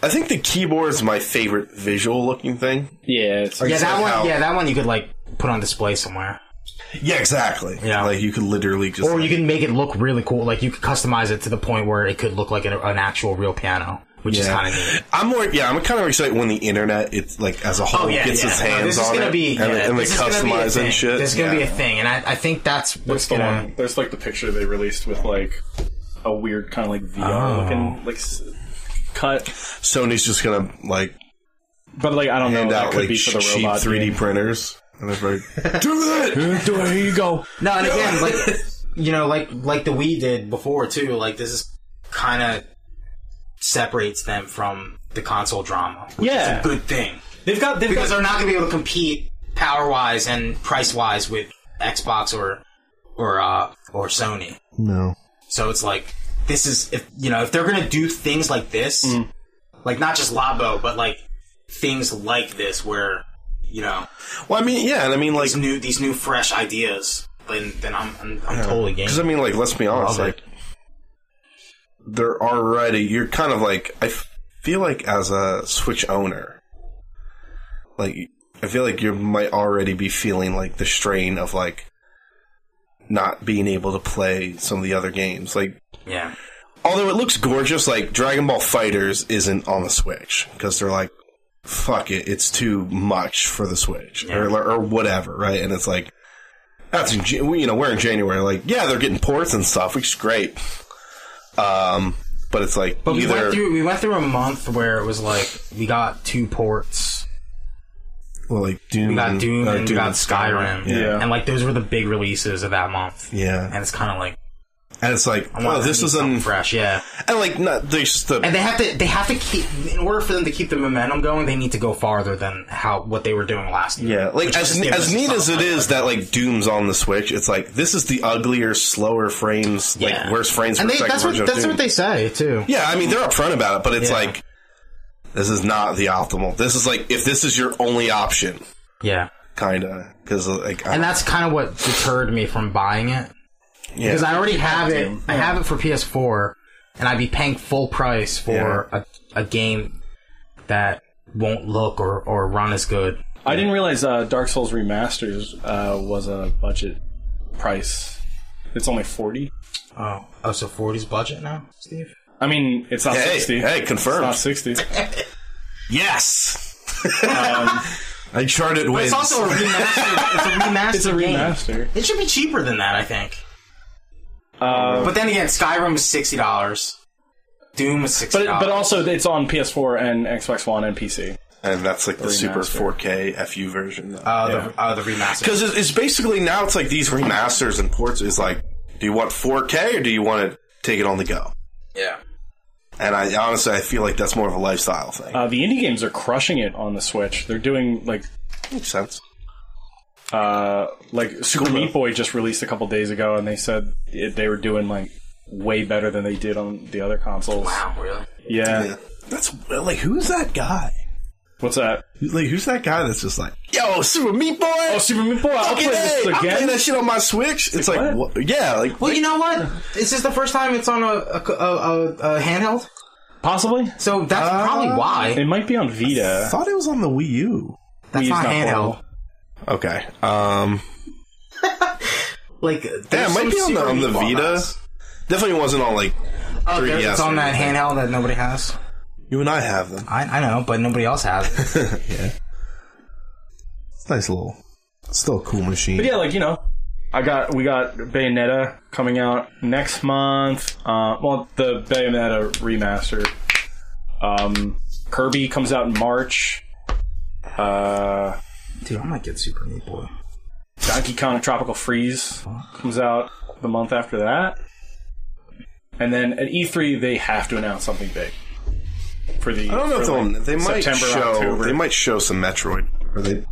I think the keyboard is my favorite visual looking thing.
Yeah, it's,
yeah
It's
that
like
one.
how-
Yeah, that one you could like put on display somewhere,
Yeah, exactly.
Yeah.
like you could literally just
or
like,
you can make it look really cool. Like you could customize it to the point where it could look like an, an actual real piano, which is
Yeah.
kind of neat.
I'm more yeah. I'm kind of excited when the internet, it's like as a whole,
Oh, yeah,
gets
yeah.
its
No,
hands
this is
on
gonna
it
be,
and,
yeah,
they- and they
this is gonna be a
customize
thing.
and shit.
There's gonna be
Yeah.
a thing, and I, I think that's what's
it's the
gonna.
one. There's like the picture they released with like a weird kind of like VR
Oh.
looking like s- cut,
Sony's just gonna like
but like I don't
hand
know. That
out
could
like
be for the
cheap
robot
3D
game.
printers, and they're like, do that.
Here you go.
No, and again,
like you know, like like the Wii did before too. Like this is
kind of separates them from the console drama.
Yeah,
It's a good thing.
they've got they've
because
got
they're not going to be able to compete power wise and price wise with Xbox or or uh, or Sony.
No.
So it's like this is if you know if they're going to do things like this, like not just Labo, but like things like this where you know
Well, I mean, yeah, and I mean like
these new these new fresh ideas. Then then I'm I'm, I'm totally game.
Because I mean, like, let's be honest,
Love
like,
it.
they're already. You're kind of like I f- feel like as a Switch owner, like I feel like you might already be feeling like the strain of like not being able to play some of the other games. Like,
Yeah.
although it looks gorgeous, like Dragon Ball Fighters isn't on the Switch because they're like, fuck it, it's too much for the Switch or or, or whatever, right? And it's like. That's in, Jan- we- you know we're in January. Like yeah, they're getting ports and stuff, which is great. Um, but it's like
But we
either
went through we went through a month where it was like we got two ports,
well, like Doom,
we got
and-
Mm-hmm. Doom,
uh,
and we got Skyrim,
Yeah.
Yeah.
and like those were the big releases of that month.
yeah,
And it's kind of like
and it's like
I
oh,
wanna
this
do
is
something
an
fresh, yeah.
and like not there's just the
And they have to they have to keep in order for them to keep the momentum going. They need to go farther than how what they were doing last year.
yeah like as
just- yeah,
as
this
neat
is
as it
something
is that like Doom's on the Switch, it's like this is the uglier, slower frames, like
Yeah.
worse frames per
And they,
second
that's what
version of
that's
Doom.
what they say too.
Yeah, I mean they're upfront about it, but it's
Yeah.
like this is not the optimal. This is like if this is your only option,
Yeah,
kind of because like I-
and that's kind of what deterred me from buying it
yeah.
because I already have it. I have it for PS4, and I'd be paying full price for a, a game that won't look or, or run as good.
I didn't realize uh, Dark Souls Remasters uh, was a budget price. It's only forty.
Oh, oh, so 40's budget now, Steve.
I mean, it's not
Hey,
sixty.
hey,
It's
confirmed.
not sixty.
Yes.
Um,
I charted wins.
It's also a remastered. it's a remastered.
It's a
game.
remaster.
It should be cheaper than that, I think.
Uh,
But then again, Skyrim is sixty dollars. Doom is
but
sixty
it, but
dollars.
also it's on PS4 and Xbox One and PC.
and that's like the super
Remaster.
4K FU version.
uh, the, uh, the remaster.
Because it's, it's basically now it's like these remasters and ports is like, do you want 4K or do you want to take it on the go?
Yeah.
And I honestly I feel like that's more of a lifestyle thing.
Uh, the indie games are crushing it on the Switch. They're doing like
Makes sense.
uh, like Super
Cool.
Meat Boy just released a couple days ago, and they said it, they were doing like way better than they did on the other consoles.
Wow, really?
Yeah.
Yeah. That's like who's that guy?
What's that?
Like who's that guy that's just like, yo, Super Meat Boy.
Oh, Super Meat Boy! I'll play this
I play
again.
that shit on my Switch. It's like,
what?
wha- yeah, like
Well, you know what? This is the first time it's on a a, a, a, a handheld,
Possibly.
so that's
Uh,
probably why.
It might be on Vita.
thought it was on the Wii U.
That's
Wii's
not
not
handheld.
portable.
Okay. Um
Like
Yeah, it might be on the, on the Vita. Definitely wasn't on like
Oh, there-
3DS.
it's on
or
that
anything.
handheld that nobody has.
You and I have them.
I, I know, but nobody else has. it.
yeah. It's a nice little. it's Still a cool machine.
But yeah, like you know, I got we got Bayonetta coming out next month. Uh, well, the Bayonetta remaster. Um, Kirby comes out in March. Uh,
Dude, I might get Super Meat Boy.
Donkey Kong Tropical Freeze comes out the month after that. And then at E3 they have to announce something big for the.
I don't know if
for
they'll.
like
They might
September,
show.
October.
They might show some Metroid, or they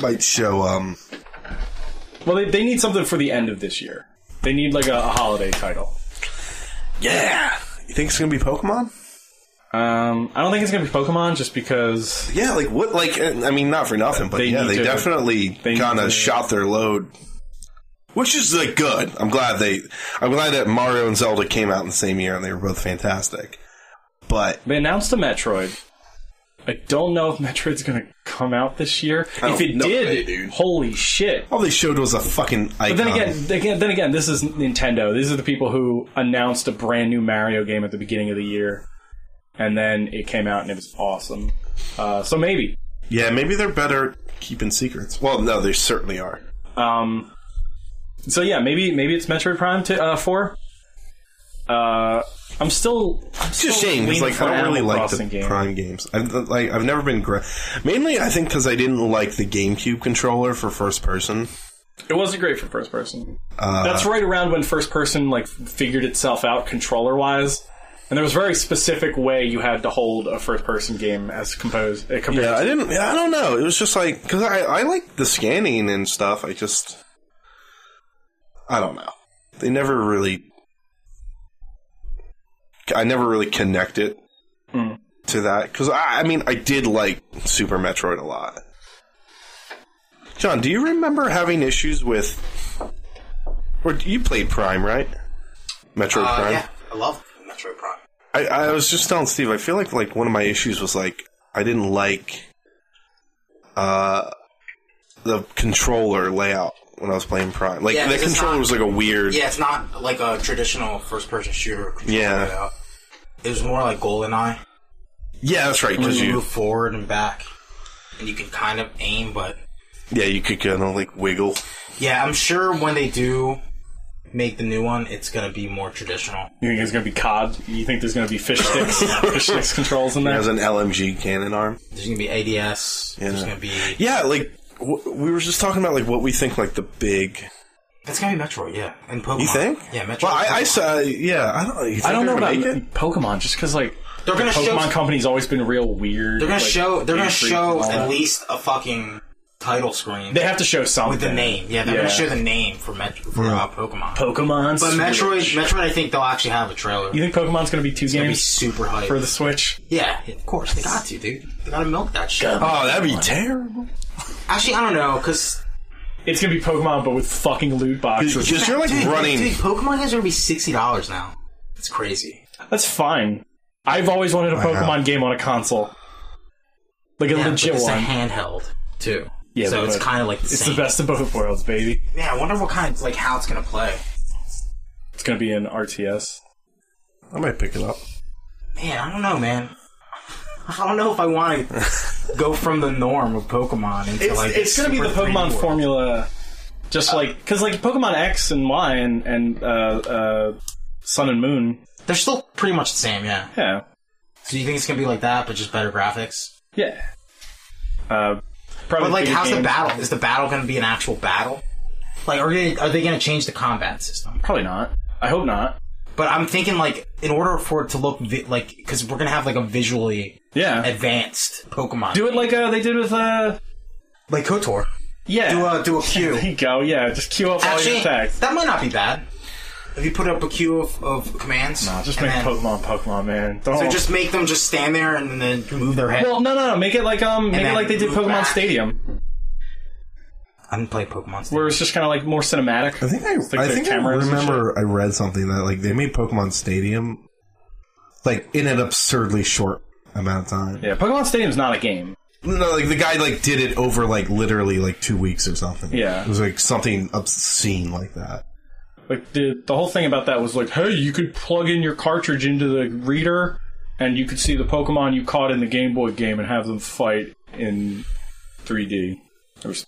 might show. Um,
Well, they, they need something for the end of this year. They need like a, a holiday title.
yeah. You think it's gonna be Pokemon?
Um, I don't think it's gonna be Pokemon just because
Yeah, like what? Like uh, I mean, not for nothing, but
They
yeah,
need
they
to-
definitely
need
kind
to-
of shot their load, which is like good. I'm glad they. I'm glad that Mario and Zelda came out in the same year, and they were both fantastic. But
They announced a Metroid. I don't know if Metroid's gonna come out this year.
I
If
don't-
it
no
did,
way, dude. Um,
holy shit!
all they showed was a fucking icon.
But then again, again, then again, this is Nintendo. These are the people who announced a brand new Mario game at the beginning of the year, and then it came out and it was awesome. Uh, so maybe.
yeah, maybe they're better keeping secrets. Well, no, they certainly are.
Um, so yeah, maybe maybe it's Metroid Prime t- uh, Four. Uh, I'm still. I'm
It's just a shame because like I don't really like the Prime games. I've like I've never been gra- mainly I think because I didn't like the GameCube controller for first person.
It wasn't great for first person.
Uh,
That's right around when first person like figured itself out controller wise, and there was a very specific way you had to hold a first person game as composed. Uh, compared
Yeah, I
to,
didn't. Yeah, I don't know. It was just like because I I like the scanning and stuff. I just I don't know. They never really. I never really connected
Mm.
to that because I, I mean I did like Super Metroid a lot. John, do you remember having issues with? Or you played Prime, right? Metroid
Uh,
Prime.
yeah, I love Metroid Prime.
I, I was just telling Steve, I feel like like one of my issues was like I didn't like uh the controller layout when I was playing Prime. Like
Yeah,
that
'cause it's
controller
not-
was like a weird
Yeah, it's not like a traditional first-person shooter. controller
Yeah.
layout. It was more like GoldenEye.
Yeah, that's right, because
You
you
move forward and back, and you can kind of aim, but
Yeah, you could kinda like wiggle.
yeah, I'm sure when they do make the new one, it's gonna be more traditional.
You think there's gonna be COD? You think there's gonna be fish sticks, fish sticks controls in
It
there?
has an LMG cannon arm.
There's gonna be ADS. There's
Yeah.
gonna be.
Yeah, like w- we were just talking about like what we think like the big
It's gonna be Metroid, yeah, and Pokemon.
you think
Yeah, Metroid.
Well, I, I
Pokemon.
saw. Yeah, I don't. You think
I don't know
they're
about
gonna make it?
Pokemon just because like
They're gonna
the
show-
Pokemon company's always been real weird.
They're gonna
like,
show. They're gonna
weird freaks
show
and all
at
that.
least a fucking title screen
They have to show something
with the name. Yeah, they're gonna show the name for Met- for uh, Pokemon.
Pokemon.
but Metroid,
Switch.
Metroid, I think they'll actually have a trailer.
You think Pokemon's gonna be two
It'll be
games
super hype.
for the Switch?
yeah, of course they got to, dude. They gotta milk that shit.
Oh, that'd be terrible.
Actually, I don't know, cause
It's gonna be Pokemon, but with fucking loot boxes.
Because you're like
dude,
running.
Dude, Pokemon games are gonna be sixty dollars now. It's crazy.
That's fine. I've always wanted a Pokemon game on a console. Like a
Yeah,
legit
but it's
one.
a handheld too.
Yeah,
so it's
but
kind of like the
it's
same.
the best of both worlds, baby.
Yeah, I wonder what kind, like how it's gonna play.
It's gonna be an RTS.
I might pick it up.
Man, I don't know, man. I don't know if I want to go from the norm of Pokemon into
It's,
like.
it's gonna be the
Super
Pokemon
Dreamforce.
formula, Uh, just like because like Pokemon X and Y and and uh, uh, Sun and Moon.
They're still pretty much the same, yeah.
Yeah,
So you think it's gonna be like that, but just better graphics?
yeah. Uh, probably
But like,
bigger
how's the
games.
battle? Is the battle gonna be an actual battle? Like, are they are they gonna change the combat system?
Probably not. I hope not.
But I'm thinking like, in order for it to look vi- like, because we're gonna have like a visually
Yeah,
advanced Pokemon.
do it like uh, they did with uh,
like Kotor.
yeah.
Do a do a
there
queue.
you go. Yeah, just queue up all your
Actually,
attacks.
that might not be bad. If you put up a queue of, of commands,
Nah, just
and
make
then-
Pokemon Pokemon, man. Don't
So just make them just stand there and then move their head.
Well, no, no, no. Make it like um, make it
then
like they did
move
Pokemon
back.
Stadium,
I didn't play Pokemon. Stadium.
where it's just kind of like more cinematic.
I think I,
It's like
I
the
think I
cameras and
remember I read something that like they made Pokemon Stadium like in an absurdly short amount of time.
Yeah, Pokemon Stadium's not a game.
No, like the guy like did it over like literally like two weeks or something.
Yeah.
it was like something obscene like that.
Like the the whole thing about that was like, hey, you could plug in your cartridge into the reader, and you could see the Pokemon you caught in the Game Boy game and have them fight in 3D or s-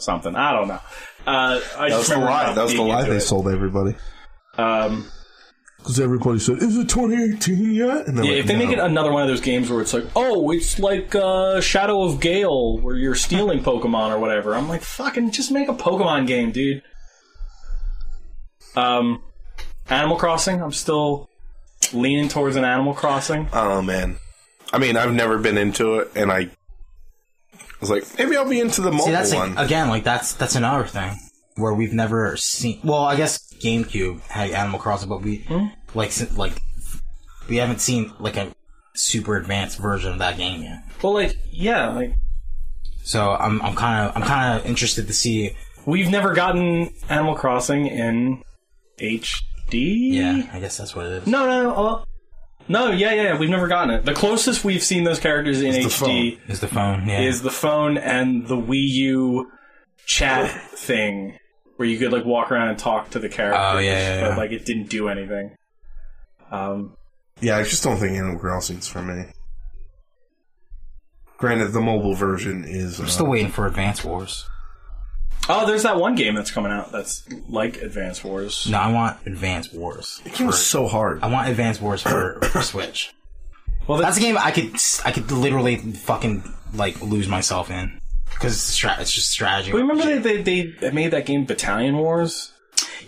something. I don't know. Uh, I
That was
just
the
remember
lie.
not
That was the
being
lie
into
they
it.
sold everybody
Um,
because everybody said, "Is it 2018 yet?" And they're
yeah,
like,
if they make
"No."
it another one of those games where it's like, oh, it's like uh, Shadow of Gale, where you're stealing Pokemon or whatever, I'm like, fucking, just make a Pokemon game, dude. Um, Animal Crossing, I'm still leaning towards an Animal Crossing.
Oh man, I mean, I've never been into it, and I was like, maybe I'll be into the mobile
See, that's
one.
like, again like that's that's another thing where we've never seen. Well, I guess GameCube had Animal Crossing, but we
Hmm?
like si- like we haven't seen like a super advanced version of that game yet.
Well, like, yeah, like
So I'm I'm kind of I'm kind of interested to see.
we've never gotten Animal Crossing in HD.
Yeah, I guess that's what it is.
No, no, no. uh, no, yeah, yeah, yeah, we've never gotten it. The closest we've seen those characters in
the
HD
phone.
Is the phone? Yeah.
is the phone and the Wii U chat thing where you could like walk around and talk to the characters.
Oh, yeah, yeah, yeah.
But like it didn't do anything. Um,
yeah, I just don't think Animal Crossing's for me. Granted, the mobile version is uh,
I'm still waiting for Advance Wars.
oh, there's that one game that's coming out that's like Advance Wars.
No, I want Advance Wars.
it was so hard.
I want Advance Wars for, for Switch.
Well,
That's
that's
a game I could I could literally fucking like lose myself in because it's, stra- it's just strategy.
but remember they, they they made that game Battalion Wars.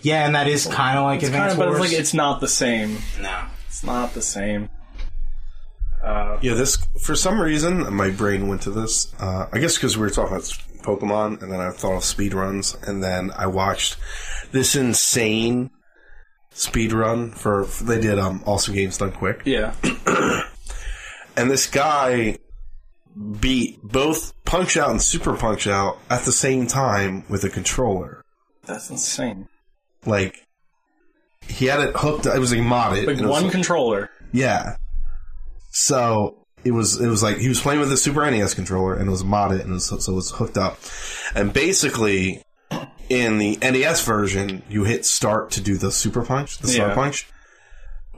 Yeah, and that is kind of like
It's kind
Advance
of, but it's
Wars.
like it's not the same.
no.
It's not the same.
Yeah, this for some reason my brain went to this. Uh, I guess because we were talking about Pokemon, and then I thought of speedruns, and then I watched this insane speedrun for they did um also games done quick,
Yeah,
and this guy beat both Punch Out and Super Punch Out at the same time with a controller.
that's insane.
Like he had it hooked. It was like modded.
Like
and it was
one controller.
Yeah. So it was it was like he was playing with a Super NES controller and it was modded and it was, so it was hooked up. And basically, in the NES version, you hit start to do the super punch, the star
Yeah.
punch,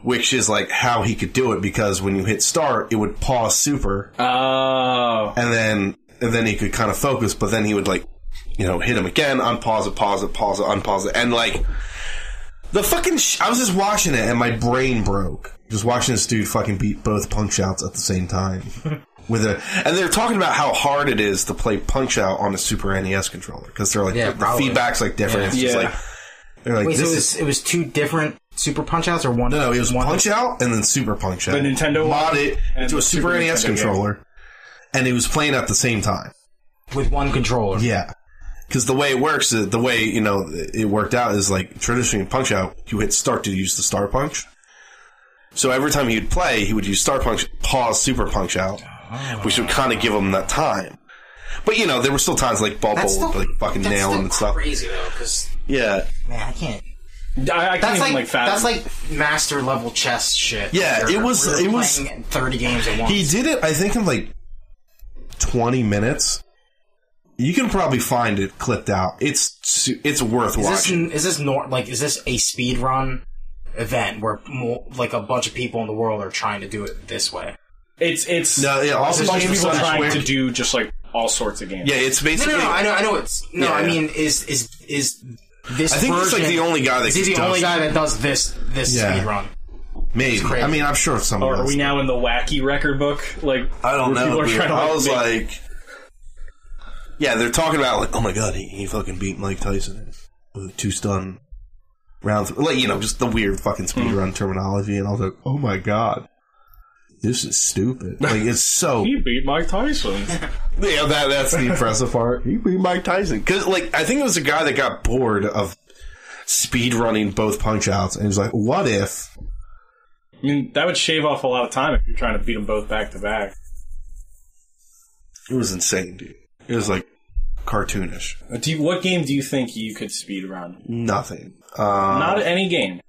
which is like how he could do it because when you hit start, it would pause super
Oh,
and then and then he could kind of focus, but then he would like, you know, hit him again, unpause it, pause it, pause it, unpause it, and like the fucking. Sh- I was just watching it, and my brain broke. Just watching this dude fucking beat both punch outs at the same time with a, and they're talking about how hard it is to play punch out on a Super NES controller because they're like
Yeah,
the, the
probably.
feedback's like different. It's just
Yeah.
like they're like
Wait, so
this is.
it was it was two different Super Punch Outs or one?
No, no, it was
one
Punch Out and then Super Punch Out.
The Nintendo
mod
one
it
and
into a
the
Super,
Super
NES
Nintendo game.
controller, and it was playing at the same time.
with one controller.
Yeah. Because the way it works, uh, the way, you know, it worked out is like traditionally in Punch Out, you hit start to use the star punch. So every time he'd play, he would use star punch, pause super punch out, which would kind of give him that time. But, you know, there were still times like ball bowl,
That's still
like fucking
that's
nail
still
him and stuff.
Crazy though, because
Yeah.
man, I can't.
I, I can't
That's
even
like,
like fathom.
that's like master level chess shit.
Yeah,
You're-
it was-
we're
it was-
playing thirty games at once.
He did it, I think, in like 20 minutes. You can probably find it clipped out. It's su- it's worth
is this
watching.
is this nor, like is this a speed run event where more, like a bunch of people in the world are trying to do it this way?
it's it's
No, yeah,
it's
also
a bunch of
games
people
on
trying
Twitch.
to do just like all sorts of games.
yeah, it's
No,
basically.
no, no. I know, I know. It's no.
Yeah,
I
yeah.
mean, is is is this?
I think he's
version,
like the only guy that
Is he the
does
only
that.
guy that does this this
Yeah.
speed run?
Maybe.
crazy.
I mean, I'm sure someone
Or are
else.
we now in the wacky record book? Like
I don't
where
know.
People are
dude.
trying to,
I was
make-
like, yeah, they're talking about like, oh my god, he, he fucking beat Mike Tyson with two stun round, th- like you know, just the weird fucking
Hmm.
speedrun terminology, and I was like, oh my god, this is stupid. Like it's so
he beat Mike Tyson.
yeah, that that's the impressive part. He beat Mike Tyson because like I think it was a guy that got bored of speed running both punch outs, and he's like, what if
I mean, that would shave off a lot of time if you're trying to beat them both back to back.
it was insane, dude? It was like cartoonish.
Uh, Do you, what game do you think you could speed run?
Nothing. Uh,
Not any game.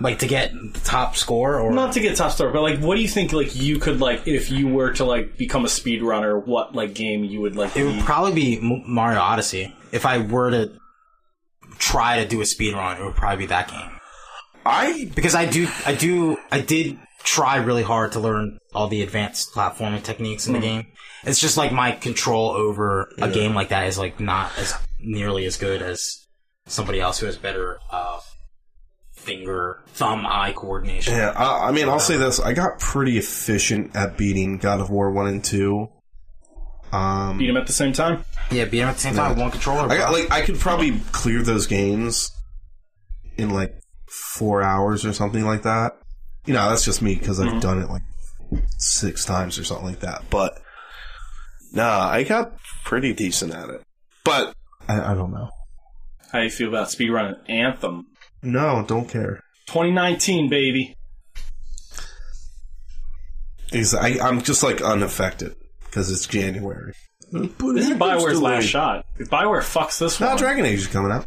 Like to get the top score or
Not to get top story, but like, what do you think? Like, you could like, if you were to like become a speedrunner, what like game you would like?
it would
be?
probably be M- Mario Odyssey. If I were to try to do a speed run, it would probably be that game.
I
Because I do I do I did try really hard to learn all the advanced platforming techniques in the game. It's just like my control over a game like that is like not as nearly as good as somebody else who has better uh, finger thumb eye coordination.
yeah, I, I mean, I'll say this: I got pretty efficient at beating God of War one and two. Um,
beat him at the same time.
Yeah, beat 'em at the same time with one controller.
I got
bro.
like I could probably clear those games in like four hours or something like that. You know, that's just me because I've done it like six times or something like that. But nah, I got pretty decent at it. But I, I don't know.
How you feel about speedrunning Anthem?
No, don't care.
2019, baby.
Is I, I'm just like unaffected because it's January.
This is Bioware's last
Delayed.
shot. If Bioware fucks this
Nah,
one,
Dragon Age is coming out.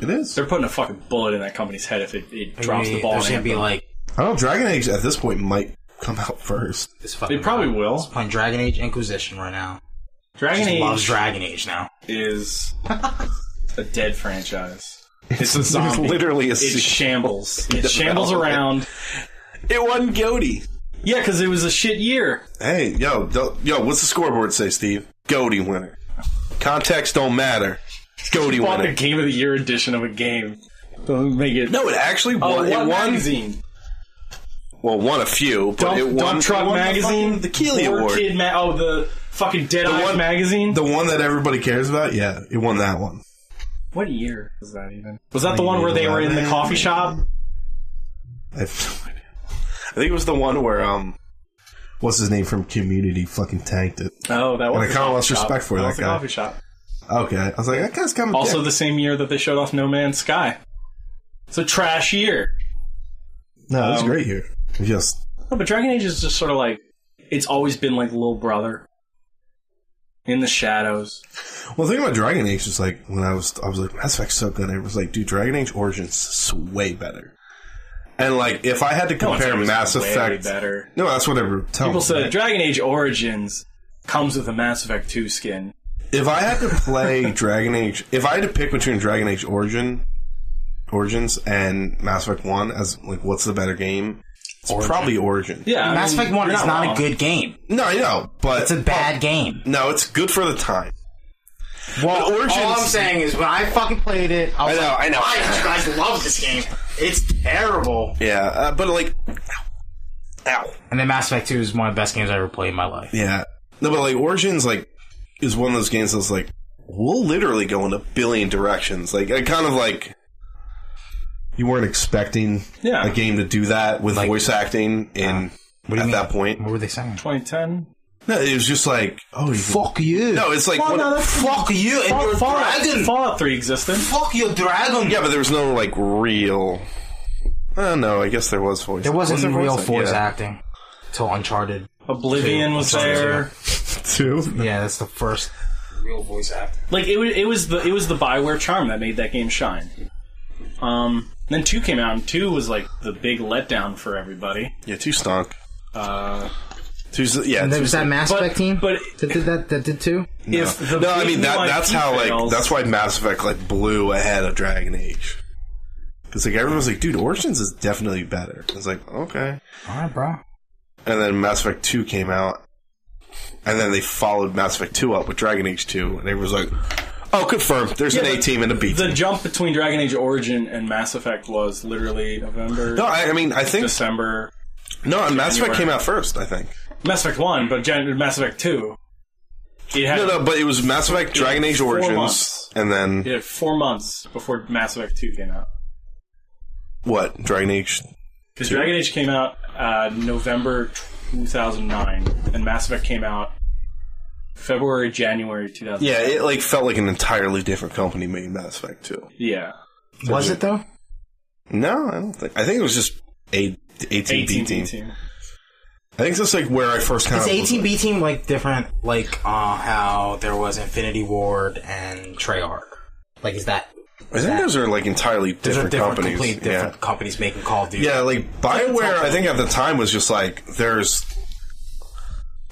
it is.
they're putting a fucking bullet in that company's head if it, it drops the
Maybe
ball. on
There's gonna be
Anthem.
like
I don't know. Dragon Age at this point might come out first.
this fucking.
they probably
guy.
will.
playing Dragon Age Inquisition right now.
Dragon
Just loves
Age
Dragon Age now.
is a dead franchise. It's a
There's
zombie.
literally a
It
sequel.
shambles. It shambles around.
It won Goaty.
Yeah, because it was a shit year.
Hey, yo, do- yo, what's the scoreboard say, Steve? Goaty winner. Context don't matter. Goaty
Bought the
winner.
Game of the Year edition of a game. Don't make it.
No, it actually
Oh,
won. it
what
won.
magazine?
Well, won a few, but
Dump,
it won.
Dump Truck
it won the
Magazine.
fucking- The Keeley
Poor
Award.
Kid ma- oh, the fucking Dead Eyes
one-
magazine.
The one that everybody cares about. Yeah, it won that one.
what year was that even? Was that the one where they were in the
11.
coffee shop?
I have no idea. I think it was the one where um, what's his name from Community fucking tanked it.
Oh, that was.
I
the
kinda
coffee
lost
shop.
respect for that
was the
guy.
coffee shop.
Okay, I was like, that guy's coming.
Also, the same year that they showed off No Man's Sky. It's a trash year.
no, it's
um,
great here. It's Just
No, but Dragon Age is just sort of like it's always been like little brother in the shadows.
well, the thing about Dragon Age is like when I was, I was like, Mass Effect's so good. And it was like, dude, Dragon Age Origins is way better. And like, if I had to
No one's
compare
like,
Mass
it's way
Effect,
better.
no, that's what everyone tells
People
me.
said Dragon Age Origins comes with a Mass Effect 2 skin.
If I had to play Dragon Age, if I had to pick between Dragon Age Origin, Origins, and Mass Effect One as like what's the better game, it's probably Origin.
Yeah, I
Mass
mean,
Effect One
you're
is not
wrong.
a good game.
No, I know, but
It's a bad game.
no, it's good for the time. Well, Origins.
All I'm saying is when I fucking played it, I
I
was
know, I know.
like, "Why do you guys love this game? It's terrible."
yeah, uh, but like, ow, ow.
And then Mass Effect Two is one of the best games I ever played in my life.
Yeah. No, but like Origins, like, is one of those games that's like, we'll literally go in a billion directions. Like, I kind of like. You weren't expecting
Yeah.
a game to do that with
Like-
voice acting in
What do you
at
mean?
that point.
What were they saying?
2010.
No, it was just like, oh, you can-
Fuck you.
No, it's like,
Well,
what-
no, that's
Fuck you and
Fall-
your
Fallout,
dragon.
Fallout 3 existed.
Fuck your dragon.
yeah, but there was no like real. Uh, no, I guess there was voice.
there wasn't
was there
real
voice
voice
Yeah.
acting till Uncharted.
Oblivion
Two.
was
Sorry,
there.
Two.
Yeah, that's the first real voice acting.
Like it was, it was the it was the Bioware charm that made that game shine. Um, then two came out, and two was like the big letdown for everybody.
Yeah, two stunk.
Uh,
Two's yeah.
And there
two
was that Mass
but
Effect team
but
that did that. That did too.
if the
no, I
big
mean that.
new
That's
IP
how like
fails-
that's why Mass Effect like blew ahead of Dragon Age. Because like everyone was like, dude, Origins is definitely better. It's like okay,
All right, bro.
and then Mass Effect Two came out, and then they followed Mass Effect Two up with Dragon Age Two, and everyone was like, oh, confirmed. There's an
Yeah,
A
but
team and a B
The
team.
jump between Dragon Age Origin and Mass Effect was literally November,
No, I, I mean I think
December.
no. Mass Effect
January.
came out first, I think.
Mass Effect One, but Gen- Mass Effect Two. It had,
No, no, but it was Mass Effect, Dragon Age
four
Origins,
months.
and then
it had four months before Mass Effect Two came out.
what? Dragon Age.
Because Dragon Age came out uh, November 2009, and Mass Effect came out February, January 2000.
Yeah, it like felt like an entirely different company made Mass Effect Two.
Yeah.
Was it though?
No, I don't think. I think it was just a eighteen B
18
team.
team.
I think that's like where I first kind
Is
of
eighteen B team like different? Like uh, how there was Infinity Ward and Treyarch. Like is that
I think those are like entirely different,
different,
companies.
complete
yeah.
different companies making Call of Duty.
Yeah, like Bioware, I think at the time was just like there's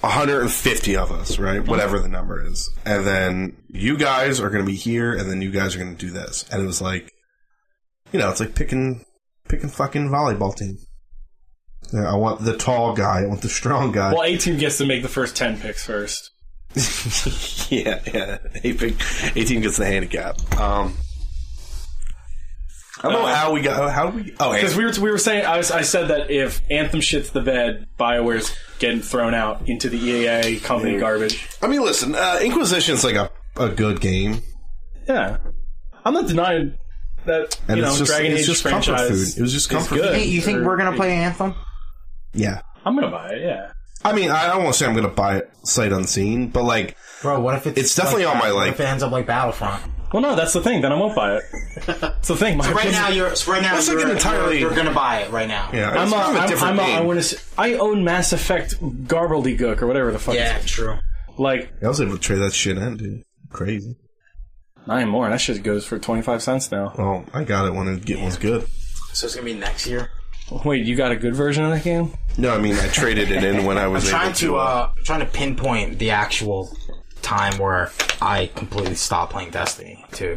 150 of us, right? Whatever the number is, and then you guys are going to be here, and then you guys are going to do this, and it was like, you know, it's like picking picking fucking volleyball team. Yeah, I want the tall guy. I want the strong guy.
Well, A team gets to make the first ten picks first.
yeah, yeah. Eight pick, 18 gets the handicap. Um, I don't know
Uh,
how we got. How do we? Oh,
Because we were, we were saying, I, was, I said that if Anthem shits the bed, BioWare's getting thrown out into the EAA company garbage.
I mean, listen. Uh, Inquisition's like a a good game,
Yeah. I'm not denying that, you
and
know,
it's just
Dragon
it's
Age
just comfort
franchise.
food. It was just comfort.
good.
Food.
You think
Or-
we're gonna play Anthem?
Yeah.
I'm going to buy it, yeah.
I mean, I don't want to say I'm going to buy it sight unseen, but like,
bro. What if
It's definitely on my,
what
like-
if it ends up like Battlefront?
Well, no, that's the thing. Then I won't buy it. It's the thing. My
Right
opinion-
now, you're so right now.
Let's
you're,
look at entirely-
You're, you're gonna buy it right now.
yeah,
I'm
it's kind
a,
of a
I'm,
different
I'm a,
game.
I want to. I own Mass Effect Gobbledygook or whatever the fuck.
Yeah,
It's.
true.
Like
I was able to trade that shit in, dude. Crazy.
nine more, and that shit goes for twenty five cents now.
Well, I got it when it get was good.
So it's gonna be next year.
Wait, you got a good version of that game?
No, I mean, I traded it in when I was
Trying
able
to uh, trying to pinpoint the actual time where I completely stopped playing Destiny too.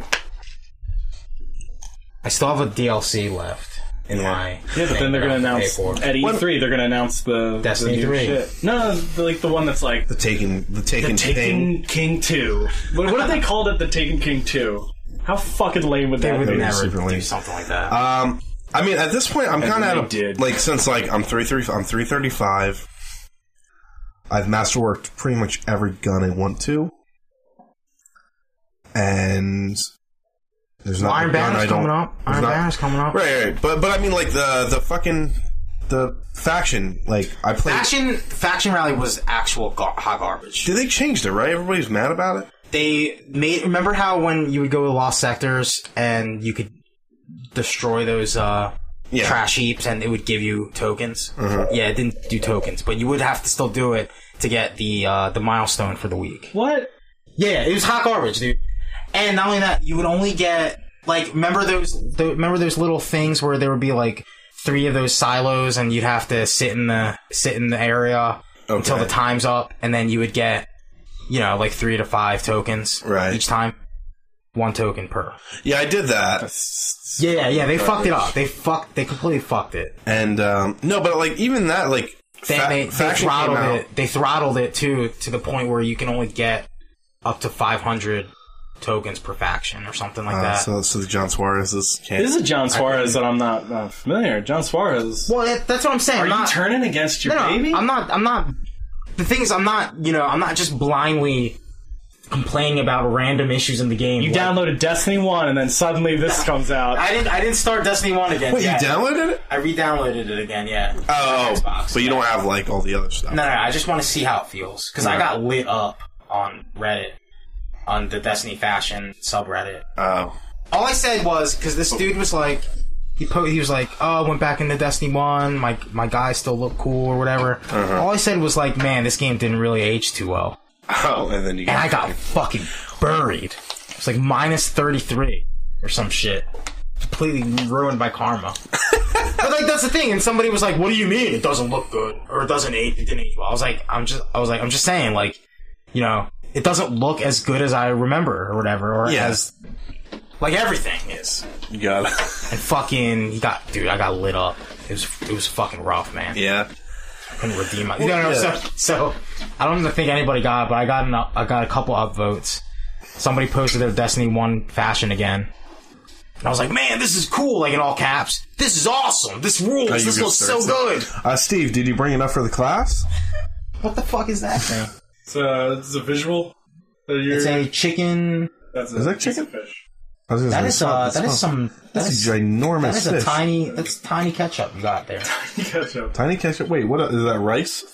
I still have a DLC left in my.
Yeah, but then they're gonna announce at E three. They're gonna announce the
Destiny
the new
3.
Shit. No, the, like the one that's like
the taking the taking thing.
Taken King two. What, what if they called it the Taken King two? How fucking lame would that
They would
be?
Yeah,
never
super
do
lame.
something like that.
Um, I mean, at this point, I'm kind
they
of out
did.
of like since like I'm three three I'm three thirty five. I've masterworked pretty much every gun I want to, and there's not
Iron
a gun
Banner's
I don't-
coming up.
there's
Iron
not-
Banner's coming up.
Right, right, but but I mean like the the fucking the faction like I played.
Faction Faction Rally was actual gar- hot garbage.
Did they changed it? Right, everybody's mad about it.
They made remember how when you would go to lost sectors and you could destroy those uh,
Yeah,
trash heaps and it would give you tokens. Yeah, it didn't do tokens, but you would have to still do it to get the uh, the milestone for the week.
What?
Yeah, it was hot garbage, dude. And not only that, you would only get like remember those the, remember those little things where there would be like three of those silos, and you'd have to sit in the sit in the area until
Okay.
the time's up, and then you would get you know like three to five tokens
Right.
each time, one token per.
yeah, I did that.
Yeah, yeah, they fucked it up. They fucked. They completely fucked it.
And um, no, but like even that, like
Then
fa-
they, they
faction came
throttled
out-
it. They throttled it too to the point where you can only get up to five hundred tokens per faction or something like
Uh,
that.
so so the John Suarez is can't.
This is a John Suarez that I'm not uh, familiar. John Suarez.
Well, that, that's what I'm saying.
Are
I'm not,
you turning against your
no, no,
baby?
I'm not. I'm not. The thing is, I'm not. You know, I'm not just blindly complaining about random issues in the game.
You
Like,
downloaded Destiny 1 and then suddenly this comes out.
I didn't. I didn't start Destiny One again.
Wait,
yeah.
you downloaded it?
I re-downloaded it again. Yeah.
Oh,
Xbox.
but you don't have like all the other stuff.
No, no. I just want to see how it feels because I got lit up on Reddit on the Destiny fashion subreddit.
Oh,
All I said was because this dude was like. He, po- he was like, "Oh, I went back into Destiny One. My my guys still look cool or whatever." All I said was like, "Man, this game didn't really age too well."
oh, and then you.
and I got fucking buried. It's like minus 33 or some shit. Completely ruined by karma. but like that's the thing, and somebody was like, "What do you mean it doesn't look good or it doesn't age? It didn't age well." I was like, "I'm just, I was like, I'm just saying, like, you know, it doesn't look as good as I remember or whatever, or
Yeah.
as like everything is."
you got.
And fucking, he got, dude, I got lit up. It was, it was fucking rough, man
yeah.
couldn't redeem my. No, no.
yeah.
So, so I don't think anybody got it, but I got an, up- I got a couple upvotes. Somebody posted their Destiny One fashion again. And I was like, man, this is cool. Like in all caps, this is awesome. This rules.
you
this
can
looks so
search
good.
Uh, Steve, did you bring it up for the class?
What the fuck is that thing?
It's, uh, it's a visual. that you're-
It's a chicken.
that's a,
Is that
it's a
chicken?
fish.
I was gonna
That
say,
is
fuck,
uh,
it's
that is
fuck.
some. That
That's
is,
a
that
ginormous
is a
fish.
tiny. That's tiny ketchup you got there.
Ketchup.
tiny ketchup. Wait, what is that? Rice?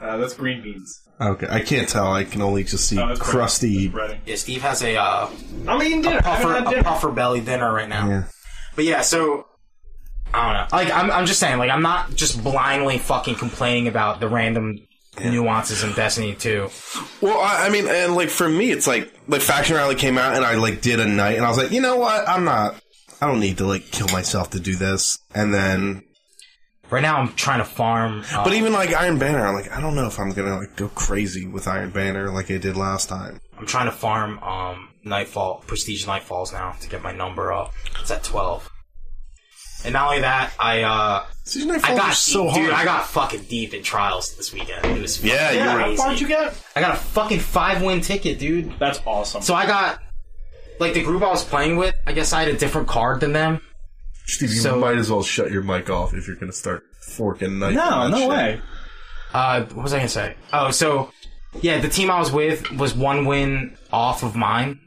Uh, that's green beans.
Okay, I can't tell. I can only just see
No, that's bread.
crusty.
Breading.
Yeah, Steve has a uh,
I'm eating dinner. I haven't
puffer
had
a
dinner.
puffer belly dinner right now.
Yeah.
But yeah, so I don't know. Like I'm, I'm just saying, like I'm not just blindly fucking complaining about the random nuances in Destiny 2.
Well, I, I mean, and like for me, it's like like Faction Rally came out, and I like did a night, and I was like, you know what? I'm not. I don't need to like kill myself to do this. And then,
Right now, I'm trying to farm. uh,
but even like Iron Banner, I'm like, I don't know if I'm gonna like go crazy with Iron Banner like I did last time.
I'm trying to farm um, Nightfall, Prestige Nightfalls now to get my number up. It's at 12. And not only that, I uh,
Season Nightfalls
I
are
got
Oh, so hard.
dude, I got fucking deep in trials this weekend. It was
yeah,
fucking
you were.
How
crazy.
far did you get?
I got a fucking five win ticket, dude.
That's awesome.
So I got like the group I was playing with. I guess I had a different card than them.
Steve, you
So-
might as well shut your mic off if you're going to start forking knife.
no,
and
no
shit.
way.
Uh, what was I gonna say? Oh, so yeah, the team I was with was one win off of mine.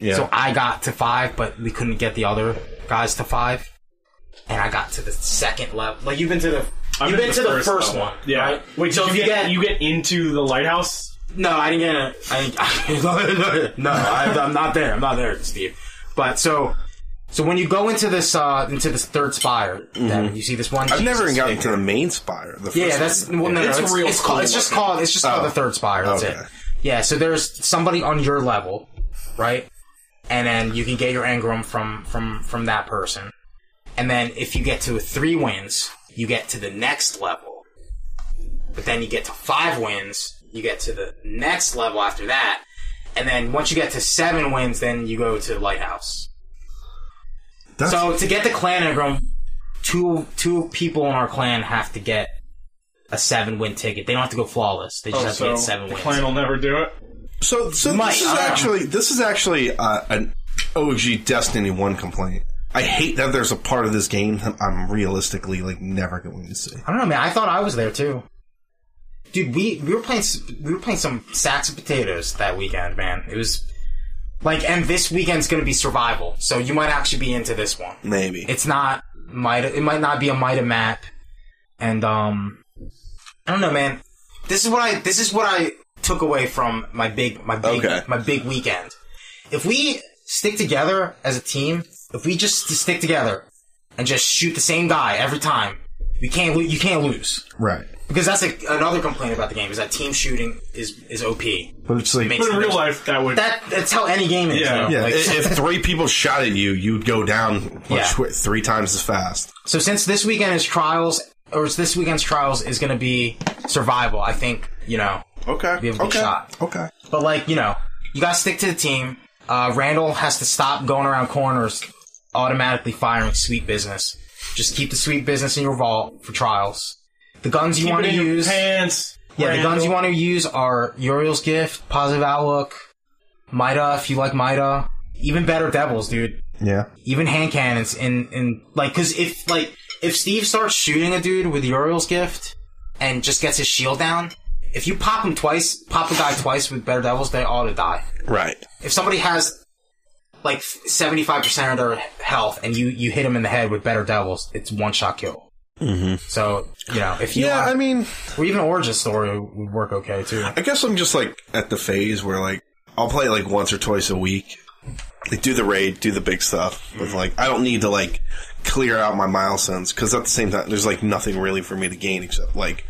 Yeah.
So I got to five, but we couldn't get the other guys to five. And I got to the second level. Like you've been to the
I've
you've been, to the first,
level.
one.
Yeah.
Right?
Wait,
so
did
if
you, get, you get into the lighthouse?
no, I didn't get it. I, didn't- I no, I, I'm not there. I'm not there, Steve. But so so when you go into this uh into this third spire, then you see this one.
Mm-hmm. I've never
Jesus
even gotten
figure.
to the main spire. The first
Yeah, that's
one.
well, no, no,
It's
it's,
a real
it's called.
cool
It's just
one.
called. It's just
Oh.
called the third spire. That's
Okay.
it. Yeah. So there's somebody on your level, right? And then you can get your engram from from from that person. And then if you get to three wins, you get to the next level. But then you get to five wins, you get to the next level after that. And then once you get to seven wins, then you go to the lighthouse.
That's-
so to get the clan engram, two two people in our clan have to get a seven win ticket. They don't have to go flawless. They just have to
Oh, so
get seven
the
wins.
clan will never do it.
So, so
Might,
this is
I don't know.
actually this is actually uh, an OG Destiny One complaint. I hate that there's a part of this game that I'm realistically like never going to see.
I don't know, man. I thought I was there too. Dude, we we were playing s- we were playing some sacks of potatoes that weekend, man. It was like, and this weekend's gonna be survival, so you might actually be into this one.
Maybe
It's not might it might not be a might map, and um, I don't know, man. This is what I this is what I took away from my big my big
Okay.
my big weekend. If we stick together as a team, if we just stick together and just shoot the same guy every time, we can't lo- you can't lose.
right,
Because that's a, another complaint about the game is that team shooting is is OP.
but it's like
Makes-
But in real life, that would.
That that's how any game is.
Yeah.
you know?
yeah,
Oh, Like-
i- if three people shot at you, you'd go down like,
Yeah.
tw- three times as fast.
So since this weekend is trials, or is this weekend's trials is going to be survival, I think you know
Okay,
we have a good
okay,
shot.
okay.
But like you know, you got to stick to the team. Uh, Randall has to stop going around corners, automatically firing sweet business. Just keep the sweet business in your vault for trials. The guns you
Keep
want
it
to
in your
use,
pants.
yeah, the guns you
Randall.
want to use are Uriel's Gift, Positive Outlook, Mida if you like Mida, even better Devils, dude
Yeah,
even hand cannons and and like because if like if Steve starts shooting a dude with Uriel's gift and just gets his shield down, if you pop him twice, pop a guy twice with better devils, they ought to die.
right.
If somebody has like seventy five percent of their health and you you hit him in the head with better devils, it's one shot kill. Mm-hmm. So you know if you
Yeah,
want-
I mean,
or even origin story would work okay too.
I guess I'm just like at the phase where like I'll play like once or twice a week. Like do the raid, do the big stuff, but like I don't need to like clear out my milestones because at the same time there's like nothing really for me to gain except like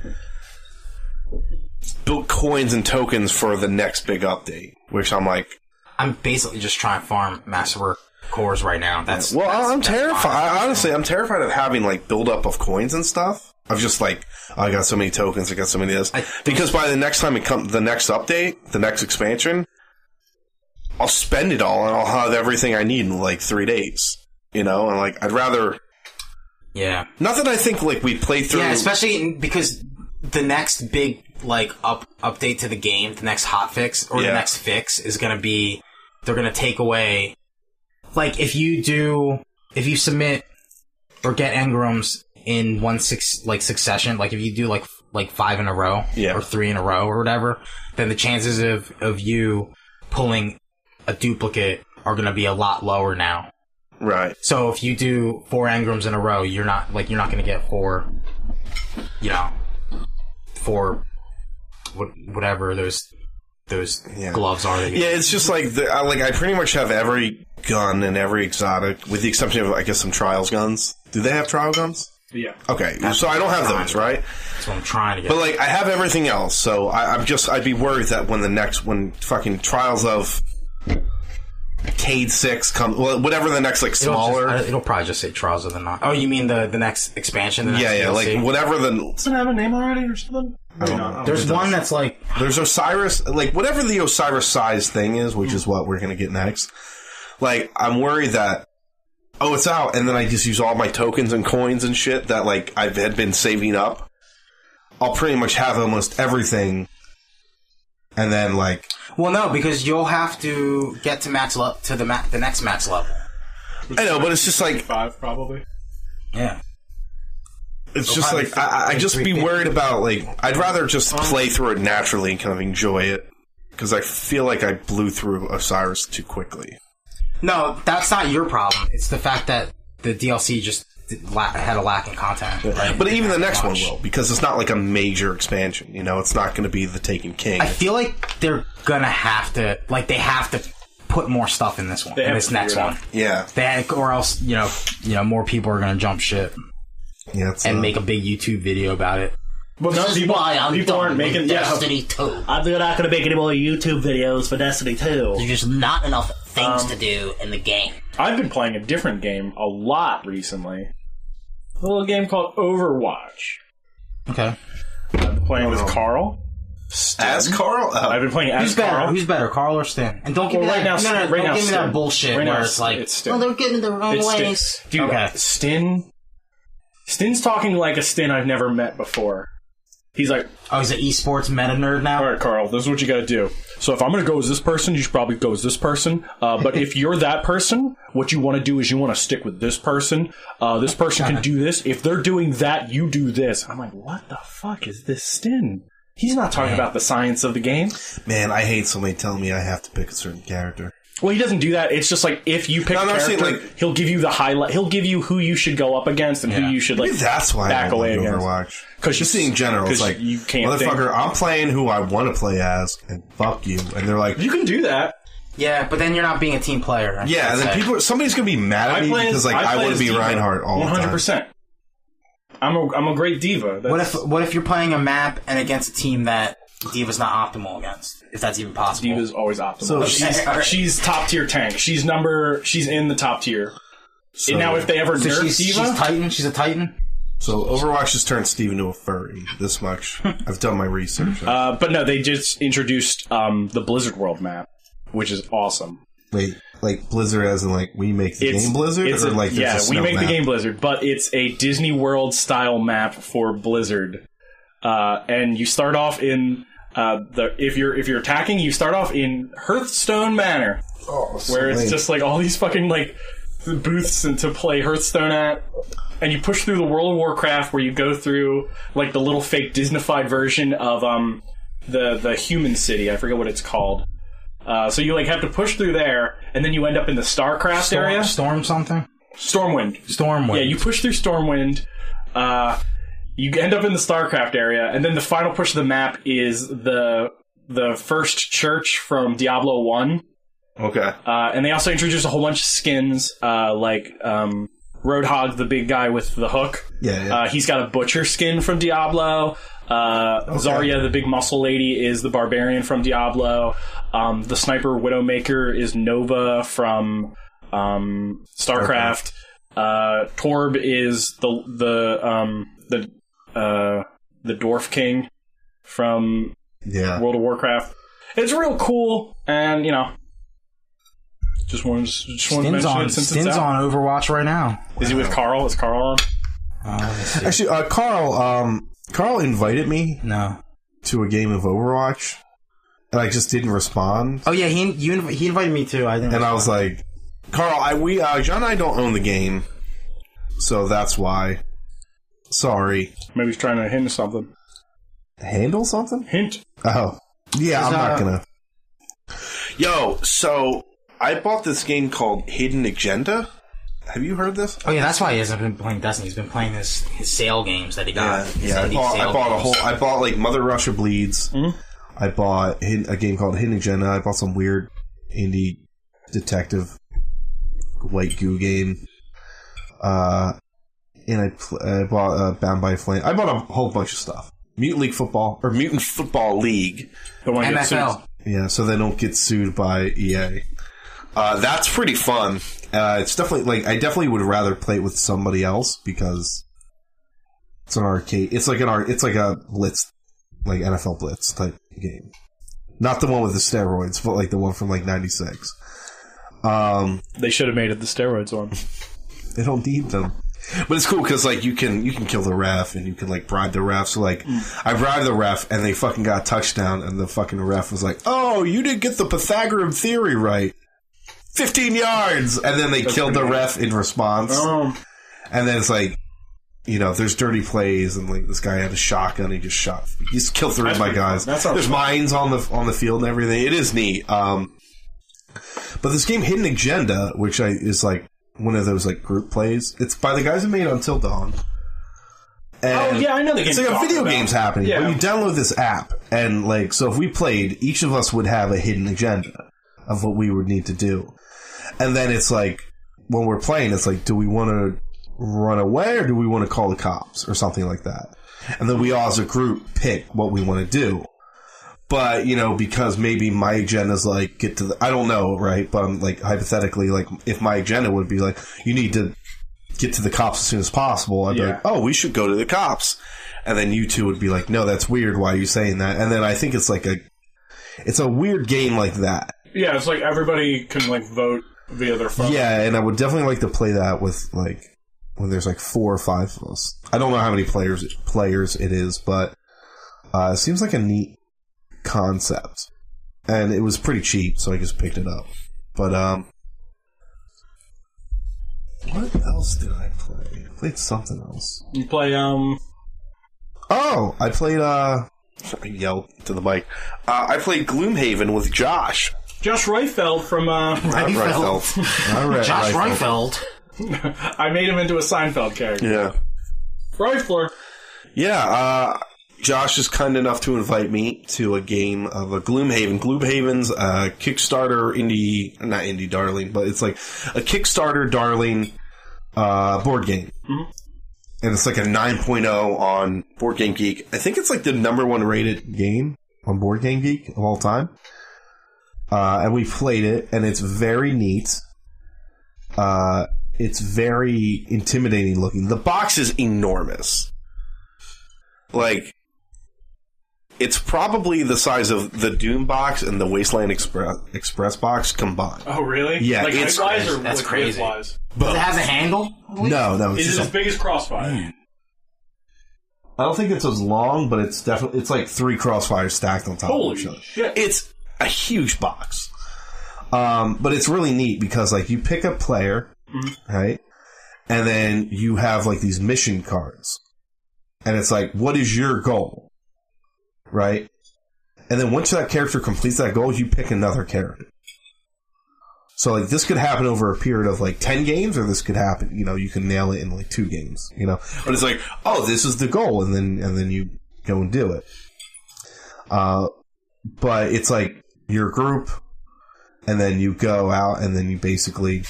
build coins and tokens for the next big update. Which I'm like,
I'm basically just trying to farm masterwork cores right now. That's
well,
that's-
I'm
that's
terrified.
fine.
I, honestly, I'm terrified of having like build up of coins and stuff. I've just like "Oh, I got so many tokens, I got so many of this.
I-
because by the next time it comes, the next update, the next expansion, I'll spend it all and I'll have everything I need in like three days. You know, and like I'd rather
Yeah.
not that I think like we played through.
Yeah, especially in- because the next big like up update to the game, the next hot fix or
Yeah.
the next fix is going to be they're going to take away like if you do if you submit or get engrams in one six like succession, like if you do like like five in a row
Yeah.
or three in a row or whatever, then the chances of of you pulling a duplicate are going to be a lot lower now.
right.
So if you do four engrams in a row, you're not like you're not going to get four, you know, four, what, whatever those those
Yeah.
gloves are. That you
Yeah, it's just like the, I, like I pretty much have every gun and every exotic, with the exception of I guess some trials guns. Do they have trial guns?
Yeah.
Okay, so I don't have those, right?
That's what I'm trying to get.
But like, I have everything else, so I, I'm just I'd be worried that when the next when fucking Trials of Cade Six comes, well, whatever the next
it'll,
like
just-
smaller,
I- it'll probably just say Trials of the Nine. Oh, you mean the the next expansion? The next
yeah, yeah,
DLC?
like whatever the
Doesn't it have a name already or something? I don't know.
There's one that's like
there's Osiris, like whatever the Osiris size thing is, which is what we're gonna get next. Like, I'm worried that oh, it's out, and then I just use all my tokens and coins and shit that like I've had been saving up. I'll pretty much have almost everything, and then like
well, no, because you'll have to get to max level to the ma- the next max level.
I know, but it's just like
Five, probably.
Yeah.
it's just
probably
like I, I- I just be
350.
worried about like I'd rather just play through it naturally and kind of enjoy it because I feel like I blew through Osiris too quickly.
No, that's not your problem. It's the fact that the DLC just did la- had a lack in content. Right?
But even the next one
Much.
will because it's not like a major expansion. You know, it's not going to be the Taken King.
I feel like they're gonna have to, like, they have to put more stuff in this one, in
have
this
to
next
figure it
one.
yeah,
They had- or else, you know, you know, more people are gonna jump ship
yeah, it's
and
Uh-huh.
not-
make a big YouTube video about it.
But people, people aren't making. Yeah.
Two.
I'm not going to make any more YouTube videos for Destiny 2.
There's not enough things
Um,
to do in the game.
I've been playing a different game a lot recently. A little game called Overwatch.
Okay.
I've been playing with Carl.
as Carl. Oh,
I've been playing as
Who's better?
Carl.
Who's better, Carl or Stan? And don't give
Well,
me
right
that.
now-
no, no,
right
don't
now
give me that
Stan.
bullshit
Right now
where
it's
it's like,
Stan. It's Stan.
well, they're getting the wrong
It's Stin.
ways.
Dude,
Okay.
Stin. Stin's talking like a Stin I've never met before. He's like,
Oh, he's an esports meta nerd now.
all right, Carl, this is what you gotta do. So if I'm gonna go as this person, you should probably go as this person. Uh, but if you're that person, what you want to do is you want to stick with this person. Uh, this person can do this. If they're doing that, you do this. I'm like, what the fuck is this Stin? He's not talking about the science of the game.
Oh, man, I hate somebody telling me I have to pick a certain character.
Well, he doesn't do that. It's just like if you pick
No,
a
no, I'm saying,
character,
like-
he'll give you the highlight. He'll give you who you should go up against and
Yeah.
who you should like
Maybe that's why
back
I
away
away
against.
Overwatch.
'Cause
just
you-
in general,
'cause
it's like
you can't
motherfucker. I'm playing who I want to play as, and fuck you. And they're like,
You can do that.
Yeah, but then you're not being a team player.
yeah.
I'd
And then
say.
people, somebody's gonna be mad at
I
me
play
because like I,
play
want
as
to be
diva.
Reinhardt all the time.
100%. I'm a I'm a great diva. That's,
What if what if you're playing a map and against a team that Diva's not optimal against? If that's even possible.
diva's always optimal?
So
she's
she's-
she's top tier tank. She's number she's in the top tier.
So,
And now if they ever
so
nerf
she's, she's
diva,
Titan. She's a Titan.
so Overwatch has turned Steve into a furry. This much I've done my research.
uh, but no, they just introduced um, the Blizzard World map, which is awesome.
Wait, like Blizzard as in like we make the game Blizzard,
it's
or
a-
like there's
yeah,
a
we
snow
make
map?
the game Blizzard, but it's a Disney World style map for Blizzard. Uh, and you start off in uh, the if you're if you're attacking, you start off in Hearthstone Manor,
Oh, so
where it's
lame.
just like all these fucking like booths and to play Hearthstone at. And you push through the World of Warcraft, where you go through like the little fake Disneyfied version of um the the human city. I forget what it's called. Uh, so you like have to push through there, and then you end up in the Starcraft area.
Storm, storm something.
Stormwind.
Stormwind.
Yeah, you push through Stormwind. Uh, you end up in the Starcraft area, and then the final push of the map is the the first church from Diablo One.
okay.
Uh, and they also introduced a whole bunch of skins, uh, like um, Roadhog, the big guy with the hook.
Yeah, yeah.
Uh, he's got a butcher skin from Diablo. Uh, Zarya, the big muscle lady, is the barbarian from Diablo. Um, the sniper Widowmaker is Nova from um, StarCraft. Uh, Torb is the the um, the uh, the dwarf king from
yeah.
World of Warcraft. It's real cool, and you know, just wanted to, just wanted to
Stin's
mention
on.
it since
Stin's
it's out.
on Overwatch right now.
Is he with Carl? Is Carl on?
Oh, let's see.
Actually, uh, Carl, um, Carl invited me
no.
to a game of Overwatch, and I just didn't respond.
Oh yeah, he you inv- he invited me too. I didn't.
And I was like, Carl, I we uh, John and I don't own the game, so that's why. Sorry.
Maybe he's trying to hint something.
Handle something?
Hint.
Oh, yeah. I'm
uh,
not gonna. Yo, so I bought this game called Hidden Agenda. Have you heard this?
oh yeah, that's why he hasn't been playing Destiny. He's been playing his his sale games that he got.
Yeah,
His
yeah. I
indie
bought,
sale
I bought a
games.
whole. I bought like Mother Russia Bleeds. I bought hid- a game called Hidden Agenda. I bought some weird indie detective white goo game. Uh, and I, pl- I bought uh, Bound by Flame. I bought a whole bunch of stuff. Mutant League Football or Mutant Football League.
The one gets
NFL.
Yeah, so they don't get sued by EA. Uh, that's pretty fun. Uh, it's definitely like I definitely would rather play it with somebody else because it's an arcade. It's like an art. It's like a blitz, like NFL blitz type game. Not the one with the steroids, but like the one from like '96. Um,
sued. They should have made it the steroids one.
they don't need them. But it's cool because like you can you can kill the ref and you can like bribe the ref. So like I bribed the ref and they fucking got a touchdown and the fucking ref was like, "Oh, you didn't get the Pythagorean theory right." 15 yards and then they killed the ref in response.
Um,
And then it's like you know, there's dirty plays and like this guy had a shotgun he just shot he just killed three of my
pretty cool.
guys.
That sounds
There's
fun.
mines on the on the field and everything. It is neat. Um but this game Hidden Agenda, which I is like one of those like group plays. It's by the guys who made Until Dawn.
oh
And
yeah, I know the game.
It's like a video game's happening.
Yeah.
But you download this app and like so if we played, each of us would have a hidden agenda of what we would need to do. And then it's like when we're playing, it's like, do we wanna run away or do we want to call the cops or something like that? And then we all as a group pick what we want to do. But, you know, because maybe my agenda's like, get to the, I don't know, right? But I'm like, hypothetically, like, if my agenda would be like, you need to get to the cops as soon as possible, I'd be
Yeah.
like, oh, we should go to the cops. And then you two would be like, no, that's weird. Why are you saying that? And then I think it's like a, it's a weird game like that.
Yeah, it's like everybody can like vote via their phone.
Yeah, and I would definitely like to play that with like when there's like four or five of us. I don't know how many players players it is, but uh, it seems like a neat concept, and it was pretty cheap, so I just picked it up. But um, what else did I play? I played something else.
You play um
Oh, I played uh. I yelled to the mic. Uh, I played Gloomhaven with Josh.
Josh Reifeld from uh
Not
Reifeld.
Reifeld. Not Re-
Josh
Reifeld.
Reinfeld.
I made him into a Seinfeld character.
Yeah.
Reifler.
Yeah, uh, Josh is kind enough to invite me to a game of a Gloomhaven. Gloomhaven's uh, Kickstarter indie, not indie darling, but it's like a Kickstarter darling uh, board game. And it's like a 9.0 on Board Game Geek. I think it's like the number one rated game on Board Game Geek of all time. Uh, and we played it, and it's very neat. Uh, it's very intimidating looking. The box is enormous like it's probably the size of the Doom box and the Wasteland Express Express box combined.
Oh really?
Yeah,
like
it's
height-wise or
that's
like
crazy.
width-wise?
Does it have a handle?
No, no, it's
Is
just
it as
a,
big as Crossfire?
I don't think it's as long, but it's definitely it's like three crossfires stacked on top
Holy
of each other.
shit.
It's a huge box. Um, but it's really neat because like you pick a player,
Mm-hmm.
right? And then you have like these mission cards. And it's like, what is your goal? Right? And then once that character completes that goal, you pick another character. So like this could happen over a period of like 10 games or this could happen, you know, you can nail it in like two games, you know. But it's like, oh, this is the goal and then and then you go and do it. Uh but it's like your group and then you go out and then you basically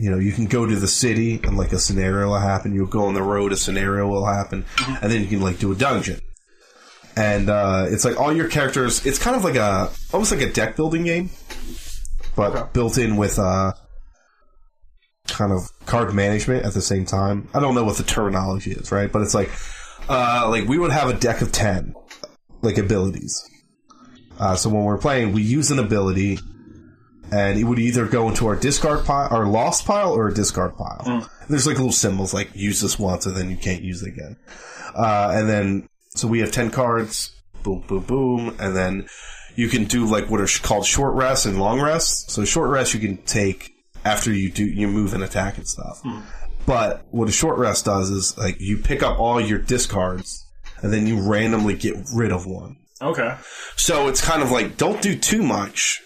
you know you can go to the city and like a scenario will happen you'll go on the road a scenario will happen and then you can like do a dungeon and uh, it's like all your characters it's kind of like a almost like a deck building game but built in with uh kind of card management at the same time i don't know what the terminology is right but it's like uh like we would have a deck of 10 like abilities. Uh, so when we're playing, we use an ability, and it would either go into our discard pile, our lost pile, or a discard pile. There's like little symbols like use this once and then you can't use it again. Uh, and then so we have ten cards. Boom, boom, boom, and then you can do like what are sh- called short rests and long rests. So short rest you can take after you do you move and attack and stuff. But what a short rest does is like you pick up all your discards and then you randomly get rid of one.
Okay.
So it's kind of like don't do too much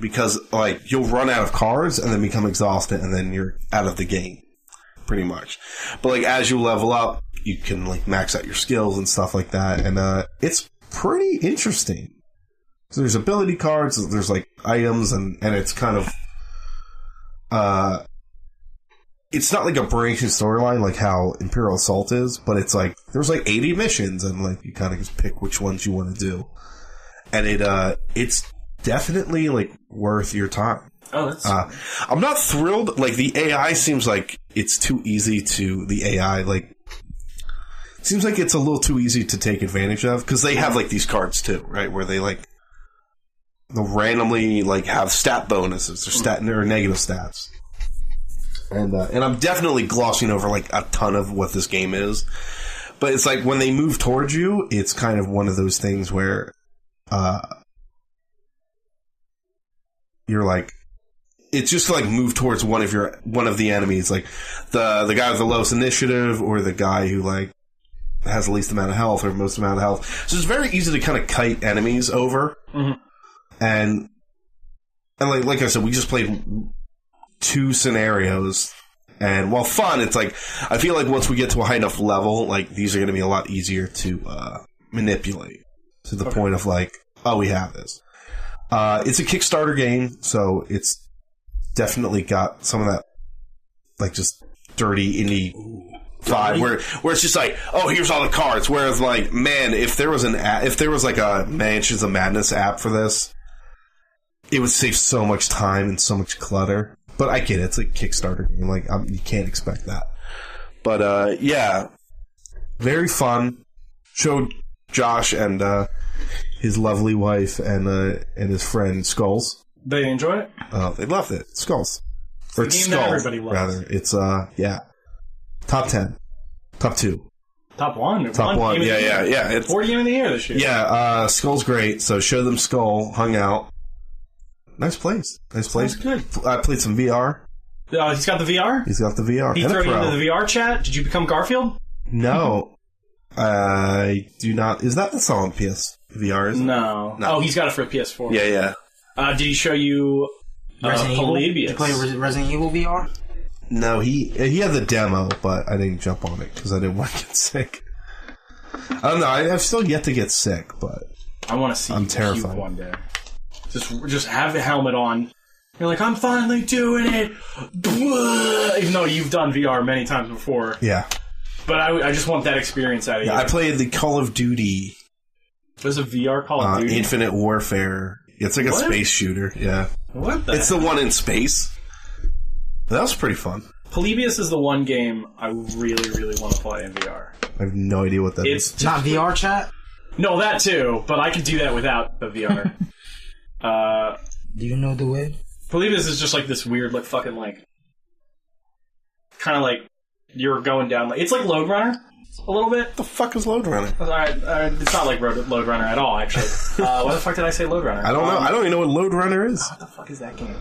because like you'll run out of cards and then become exhausted and then you're out of the game pretty much. But like as you level up, you can like max out your skills and stuff like that and uh it's pretty interesting. So there's ability cards, there's like items and and it's kind of uh it's not like a branching storyline like how Imperial Assault is, but it's like there's like 80 missions and like you kind of just pick which ones you want to do. And it uh it's definitely like worth your time.
Oh, that's
Uh, I'm not thrilled. Like the AI seems like it's too easy to the AI. Like seems like it's a little too easy to take advantage of because they have like these cards too, right? Where they like they'll randomly like have stat bonuses or stat or negative stats. And uh, and I'm definitely glossing over like a ton of what this game is, but it's like when they move towards you, it's kind of one of those things where. Uh, you're like, it's just like move towards one of your one of the enemies, like the the guy with the lowest initiative or the guy who like has the least amount of health or most amount of health. So it's very easy to kind of kite enemies over,
Mhm.
and and like like I said, we just played two scenarios. And while fun, it's like I feel like once we get to a high enough level, like these are going to be a lot easier to uh, manipulate to the point of like, oh, we have this. Uh, it's a Kickstarter game, so it's definitely got some of that like just dirty indie vibe where where it's just like oh here's all the cards whereas like man if there was an a- if there was like a mansions of madness app for this it would save so much time and so much clutter but i get it it's a kickstarter game like um you can't expect that but uh yeah very fun showed josh and uh his lovely wife and uh and his friend skulls
they enjoy it.
Oh, they loved it. Skulls. Or
It's the
it's
game that
Skulls,
everybody loves.
rather. It's, uh, yeah. Top 10. Top 2.
Top one,
Top 1.
game of
Yeah,
the
yeah,
year.
yeah. It's,
Forty game of the year this year.
yeah, uh, Skull's great. So show them Skull. Hung out. Nice place. Nice place.
good.
I played some VR.
Uh, he's got the VR.
He's got the VR.
He
and
threw
a
you
pro.
into the VR chat. Did you become Garfield?
No. I do not. Is that the song on PS? VR, is it?
No.
No.
Oh, he's got it for PS4.
Yeah, yeah.
Uh, did he show you uh,
Resident Evil? Did
Polybius?
you play Res- Resident Evil VR?
No, he he had the demo, but I didn't jump on it because I didn't want to get sick. I don't know. I, I've still yet to get sick, but
I want to see.
I'm
you
terrified.
one day. Just, just have the helmet on. You're like, I'm finally doing it. Blah! Even though you've done VR many times before,
yeah,
but I, I just want that experience out of you.
yeah. I played the Call of Duty,
There's a VR Call of
uh,
Duty.
Infinite Warfare. It's like a
What?
space shooter. Yeah,
what the?
it's the one in space. That was pretty fun.
Polybius is the one game I really, really want to play in VR.
I have no idea what that is.
It's
Not VR chat?
no that too, but I could do that without the VR. uh,
Do you know the way?
Polybius is just like this weird, like fucking like, kind of like you're going down. Like it's like Load Runner a little bit.
What the fuck is Load Runner?
All right, all right, it's not like Road, Load Runner at all, actually. Uh, why the fuck did I say Load Runner?
I don't know. I don't even know what Load Runner is.
What the fuck is that game?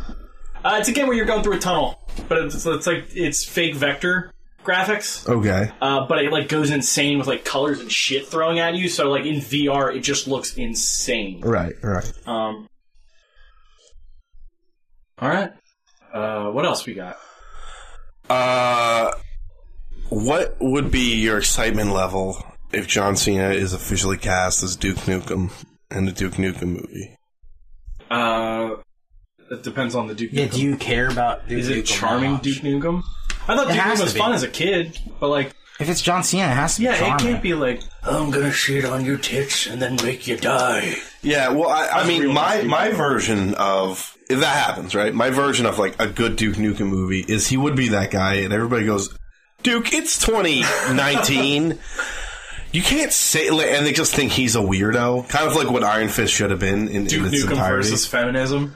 Uh, it's a game where you're going through a tunnel, but it's, it's like it's fake vector graphics.
Okay.
Uh, but it like goes insane with like colors and shit throwing at you. So like in VR, it just looks insane.
Right. Right.
Um. All right. Uh, what else we got?
Uh, what would be your excitement level if John Cena is officially cast as Duke Nukem in the Duke Nukem movie?
Uh, it depends on the Duke.
Yeah,
Nukem.
do you care about Duke
Is it
Nukem
charming
much?
Duke Nukem? I thought
It
Duke Nukem
has to
was
be.
fun as a kid, but like,
If it's John Cena, it has to be
yeah, it
charming.
can't be like
I'm gonna shit on your tits and then make you die.
Yeah, well, I, I mean,
real
my
Duke
my version of if that happens, right? My version of like a good Duke Nukem movie is he would be that guy, and everybody goes, "Duke, it's 2019." you can't say, like, and they just think he's a weirdo, kind of like what Iron Fist should have been in,
Duke
in its
Nukem
entirety.
versus feminism.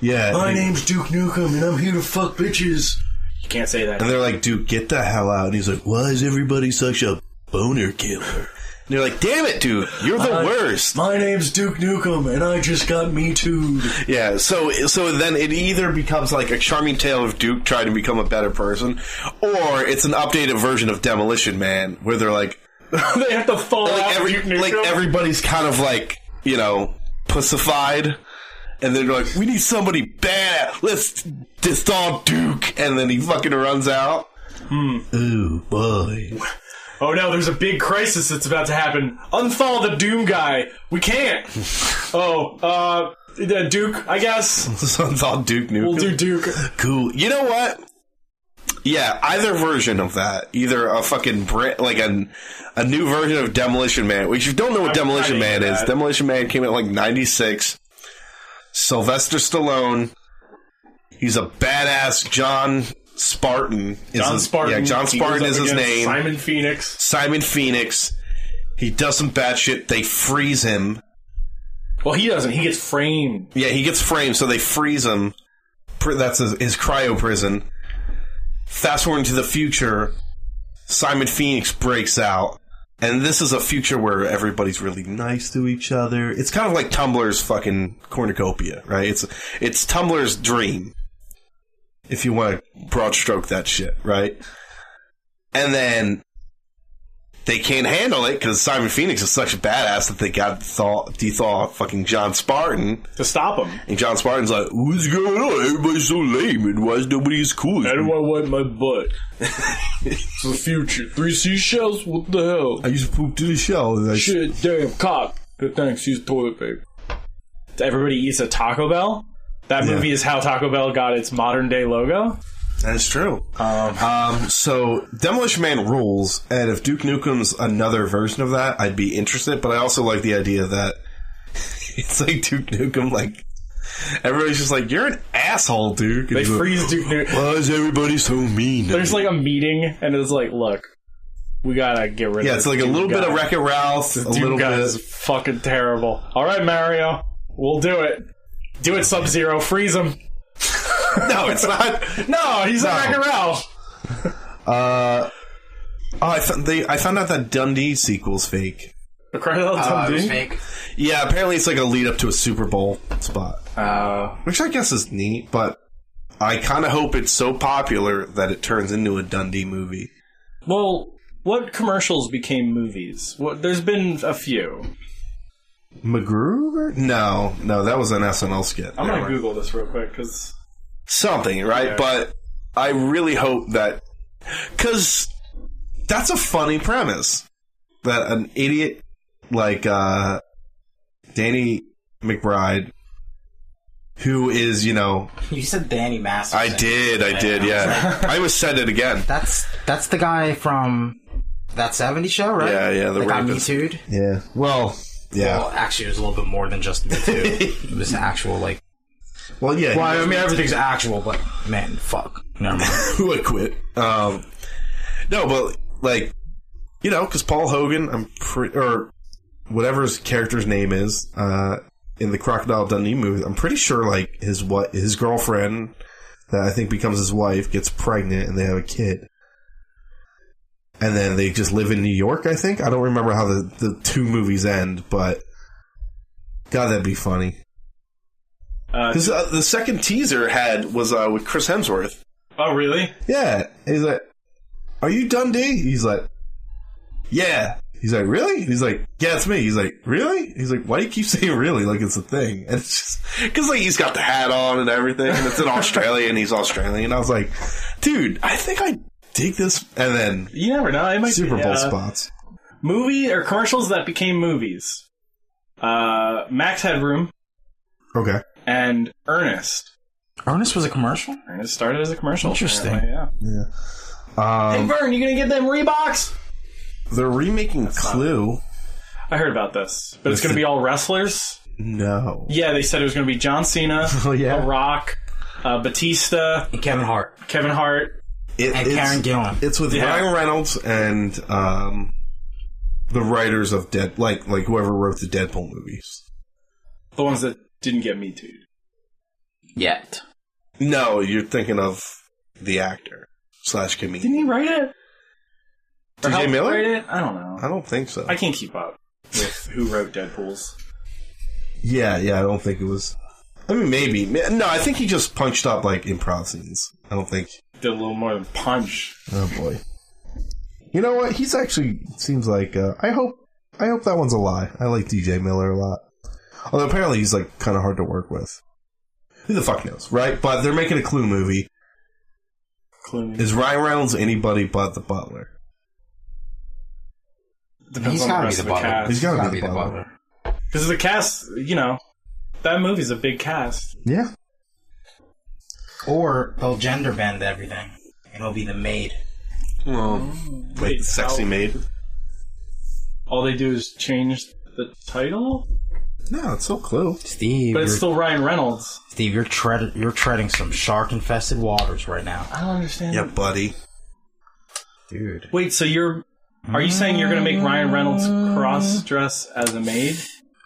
yeah,
My
and-
name's Duke Nukem and I'm here to fuck bitches.
You can't say that.
And they're like, dude, get the hell out. And he's like, why is everybody such a boner killer? And they're like, damn it, dude, you're the
Uh,
worst.
My name's Duke Nukem and I just got me too.
Yeah, so so then it either becomes like a charming tale of Duke trying to become a better person, or it's an updated version of Demolition Man, where they're like,
they have to fall out.
like,
of Duke
every,
Nukem.
like everybody's kind of like, you know, pussified. And they're like, we need somebody bad. Let's install Duke. And then he fucking runs out.
Hmm.
Ooh, boy.
Oh no, there's a big crisis that's about to happen. Unfollow the Doom guy. We can't. oh, uh, the Duke, I guess.
This one's all Duke Nukem.
We'll do Duke.
cool. You know what? Yeah, either version of that, either a fucking Brit, like an a new version of Demolition Man. Which if you don't know what Demolition
kinda
Man
into
is,
that.
Demolition Man came out like '96. Sylvester Stallone, he's a badass John Spartan. Is
John
his,
Spartan.
yeah, John
he
Spartan
goes up
is his
against
name.
Simon Phoenix.
Simon Phoenix. He does some bad shit. They freeze him.
Well, he doesn't. He gets framed.
Yeah, he gets framed, so they freeze him. Pr- That's his, his cryo prison. Fast forward to the future, Simon Phoenix breaks out, and this is a future where everybody's really nice to each other. It's kind of like Tumblr's fucking cornucopia, right? It's it's Tumblr's dream, if you want to broad stroke that shit, right? And then they can't handle it because Simon Phoenix is such a badass that they got thaw, dethaw fucking John Spartan.
to stop him.
And John Spartan's like, "What's going on? Everybody's so lame, and why is nobody as cool?" As me?"
want to wipe my butt. it's the future. Three seashells? What the hell?
I used to poop to the shell. And I
Shit, damn, cock. But thanks, use toilet paper. Everybody eats a Taco Bell? That
Yeah.
movie is how Taco Bell got its modern day logo.
That's true. Um, so Demolition Man rules, and if Duke Nukem's another version of that, I'd be interested. But I also like the idea that it's like Duke Nukem. Like everybody's just like, "You're an asshole, Duke." And
They
he's like,
freeze Duke Nukem.
Why is everybody so mean?
There's like a meeting, and it's like, look, we gotta get rid of
yeah, it's like a little bit of
record.
Wreck It Ralph, a
Dude
little
guy
bit.
is fucking terrible. All right, Mario, we'll do it. Do it, Sub Zero. Freeze him.
no, it's not.
No, he's
No.
a Wreck-It Ralph.
Uh, oh, I found they. I found out that Dundee sequel's fake.
The crocodile
Uh, it was
Dundee?
fake.
Yeah, apparently it's like a lead up to a Super Bowl spot,
Uh,
which I guess is neat. But I kind of hope it's so popular that it turns into a Dundee movie.
well, what commercials became movies? What, there's been a few.
MacGruber? No, no, that was an SNL skit.
I'm gonna
Never.
Google this real quick because
something, right? But I really hope that because that's a funny premise that an idiot like uh, Danny McBride, who is you know,
You said Danny Masterson.
I did, I did, yeah, I was said it again.
That's that's the guy from that '70s show, right?
Yeah, yeah, the
that got me
rapist.
too'd.
Yeah. Well,
Well,
yeah.
actually, it was a little bit more than just me too. it was actual, like.
Well, yeah.
Well, I mean, everything's actual, but man, fuck. Never mind.
who I quit. Um, no, but like, you know, because Paul Hogan, I'm pretty, or whatever his character's name is, uh, in the Crocodile Dundee movie, I'm pretty sure like his what his girlfriend that I think becomes his wife gets pregnant and they have a kid. And then they just live in New York, I think. I don't remember how the, the two movies end, but God, that'd be funny.
Uh,
'Cause, uh, the second teaser had was uh, with Chris Hemsworth.
oh really?
Yeah. He's like, Are you Dundee? He's like, Yeah. He's like, Really? He's like, Yeah, it's me. He's like, Really? He's like, Why do you keep saying really? Like it's a thing. And it's just because like he's got the hat on and everything, and it's in Australia and he's Australian. I was like, Dude, I think I dig this. And then
You never know. It might
Super
be,
Bowl
uh,
spots.
movie or commercials that became movies. Uh, Max Headroom
Okay.
and Ernest.
Ernest was a commercial.
Ernest started as a commercial.
Interesting.
apparently, Yeah. Hey,
Um,
Vern, you gonna get them Reeboks?
they're remaking Clue.
I heard about this, but it's gonna be all wrestlers.
No.
Yeah, they said it was gonna be John Cena,
Oh, yeah.
The Rock, uh, Batista,
And Kevin Hart
Kevin Hart.
It-
and
it's-
Karen Gillan.
It's with
Yeah.
Ryan Reynolds and um, the writers of Dead, like like whoever wrote the Deadpool movies.
The ones that didn't get me too.
Yet.
No, you're thinking of the actor slash
Didn't
comedian.
he write it? Or
T.J.
help
Miller?
Write it? I don't know.
I don't think so.
I can't keep up with who wrote Deadpool's.
yeah, yeah, I don't think it was. I mean, maybe. Ma- No, I think he just punched up like improv scenes. I don't think.
Did a little more than punch.
Oh boy. You know what? He's actually it seems like uh, I hope I hope that one's a lie. I like DJ Miller a lot. Although apparently he's like kind of hard to work with. Who the fuck knows, right? But they're making a Clue movie.
Clooney.
Is Ryan Reynolds anybody but the Butler?
Depends
He's
on the
gotta be
rest
the
of the
butler.
He's
cast.
got to
Gotta
be the Butler.
Because the cast, you know, that movie's a big cast.
Yeah.
Or they'll gender bend everything.
and it'll be the maid.
Well, Mm. wait,
Wait,
sexy
how-
maid.
All they do is change the title,
No, it's so close.
Steve,
but
you're,
it's still Ryan Reynolds.
Steve, you're tread, you're treading some shark infested waters right now,
I don't understand.
Yeah, buddy.
dude.
Wait, so you're are you saying you're gonna make Ryan Reynolds cross dress as a maid?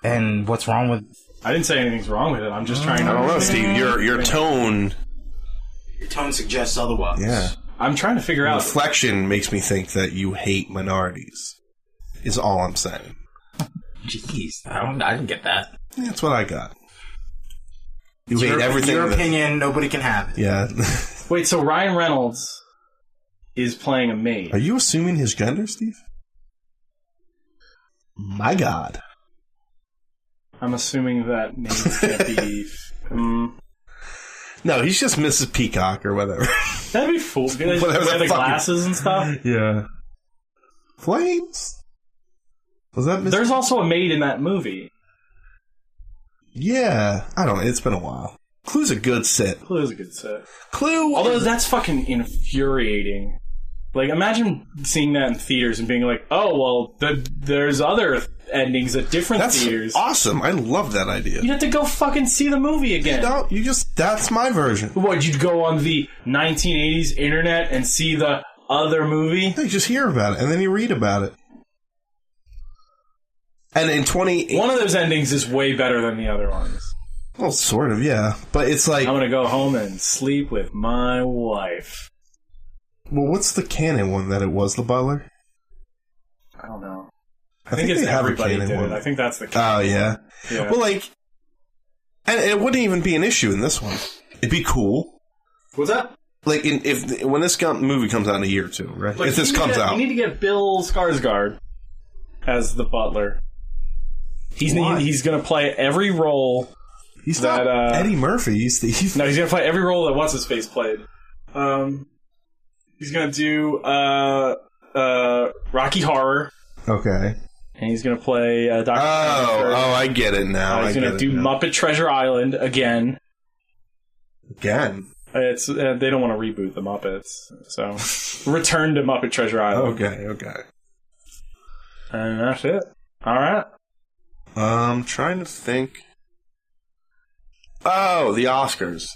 And what's wrong with?
I didn't say anything's wrong with it. I'm just trying to.
I don't know, Steve. Your your tone,
Your tone suggests otherwise.
yeah,
I'm trying to figure out.
reflection makes me think that you hate minorities. Is all I'm saying.
Jeez, I don't. I didn't get that.
That's what I got. You hate
Your,
everything.
your
that-
opinion, nobody can have it.
Yeah.
Wait, so Ryan Reynolds is playing a maid.
Are you assuming his gender, Steve? My God.
I'm assuming that maids can't be. Mm,
No, he's just Mrs. Peacock or whatever.
that'd be fool. They
Whatever
wear the
the fuck-
glasses and stuff.
Yeah. Flames. Was that Mrs.
There's also a maid in that movie.
Yeah, I don't know. It's been a while. Clue's a good sit.
Clue is a good set.
Clue.
Although that's fucking infuriating. Like, imagine seeing that in theaters and being like, "Oh, well, th there's other endings at different
that's
theaters."
awesome. I love that idea.
You'd have to go fucking see the movie again.
No, you just that's my version.
What? You'd go on the 1980s internet and see the other movie?
No, you just hear about it and then you read about it. And in twenty,
One of those endings is way better than the other ones.
well, sort of, yeah. But it's like,
I'm gonna go home and sleep with my wife.
well, what's the canon one that it was the butler?
I don't know.
I,
I think, it's
they have a
everybody
canon
did
one.
it. I think that's the
Oh yeah.
yeah.
Well, like, and it wouldn't even be an issue in this one. It'd be cool.
What's up?
Like, in, if when this com- movie comes out in a year or two, right?
Like,
if this
we need to
comes
get-
out,
we need to get Bill Skarsgård as the butler. He's
Why?
he's gonna play every role.
he's
that,
not
uh,
Eddie Murphy. He's the he's
No, he's gonna play every role that what's his face played. Um, he's gonna do uh uh Rocky Horror,
okay.
and he's gonna play uh, Doctor.
Oh, oh, I get it now.
he's
I
gonna
get
do
it now.
Muppet Treasure Island again.
again.
Uh, It's uh, they don't want to reboot the Muppets, so return to Muppet Treasure Island,
Okay, okay.
and that's it. All right,
Um, trying to think. Oh, the Oscars.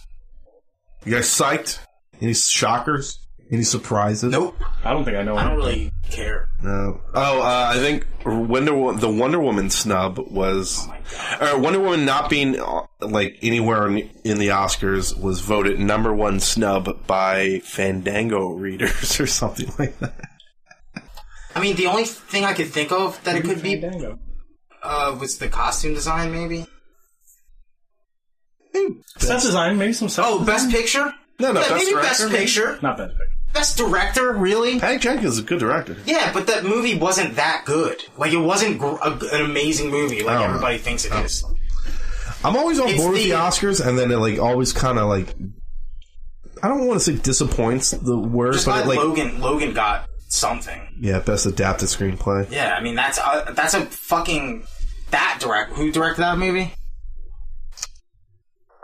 You guys psyched? Any shockers? Any surprises?
Nope.
I don't think I know.
I
any-
don't really care.
No. Oh, uh, I think Wonder Wo- the Wonder Woman snub was, or Wonder Woman not being uh, like anywhere in, in the Oscars was voted number one snub by Fandango readers or something like that.
I mean, the only thing I could think of that it could be
Fandango.
uh, was the costume design, maybe.
Set design, maybe some set.
Oh,
Mm-hmm.
best picture.
No, no,
yeah,
best
maybe
director,
best
maybe?
picture.
not bad.
Best director, really?
Patty Jenkins is a good director.
Yeah, but that movie wasn't that good. Like, it wasn't gr- a, an amazing movie like
Oh.
everybody thinks it is.
I'm always on
It's
board with the
the-
Oscars, and then it like always kind of like I don't want to say disappoints the word,
Just
but
like
it, like
Logan, Logan got something.
yeah, best adapted screenplay.
Yeah, I mean that's uh, that's a fucking that direct. Who directed that movie?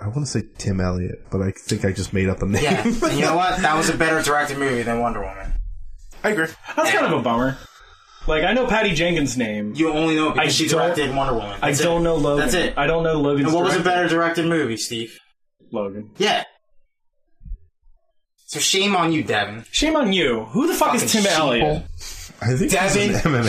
I want to say Tim Elliott, but I think I just made up a name.
Yeah, and you know what? That was a better directed movie than Wonder Woman.
I agree.
That's kind of a bummer. Like I know Patty Jenkins' name.
You only know it because
I
she
don't-
directed Wonder Woman.
I
That's
don't
it.
know Logan.
That's it.
I don't know Logan's.
And what was a
director.
better directed movie, Steve?
Logan?
Yeah. So shame on you, Devin.
Shame on you. Who the fuck is Tim
Fucking sheeple.
Elliott?
I think
Devin
he's an MMA player.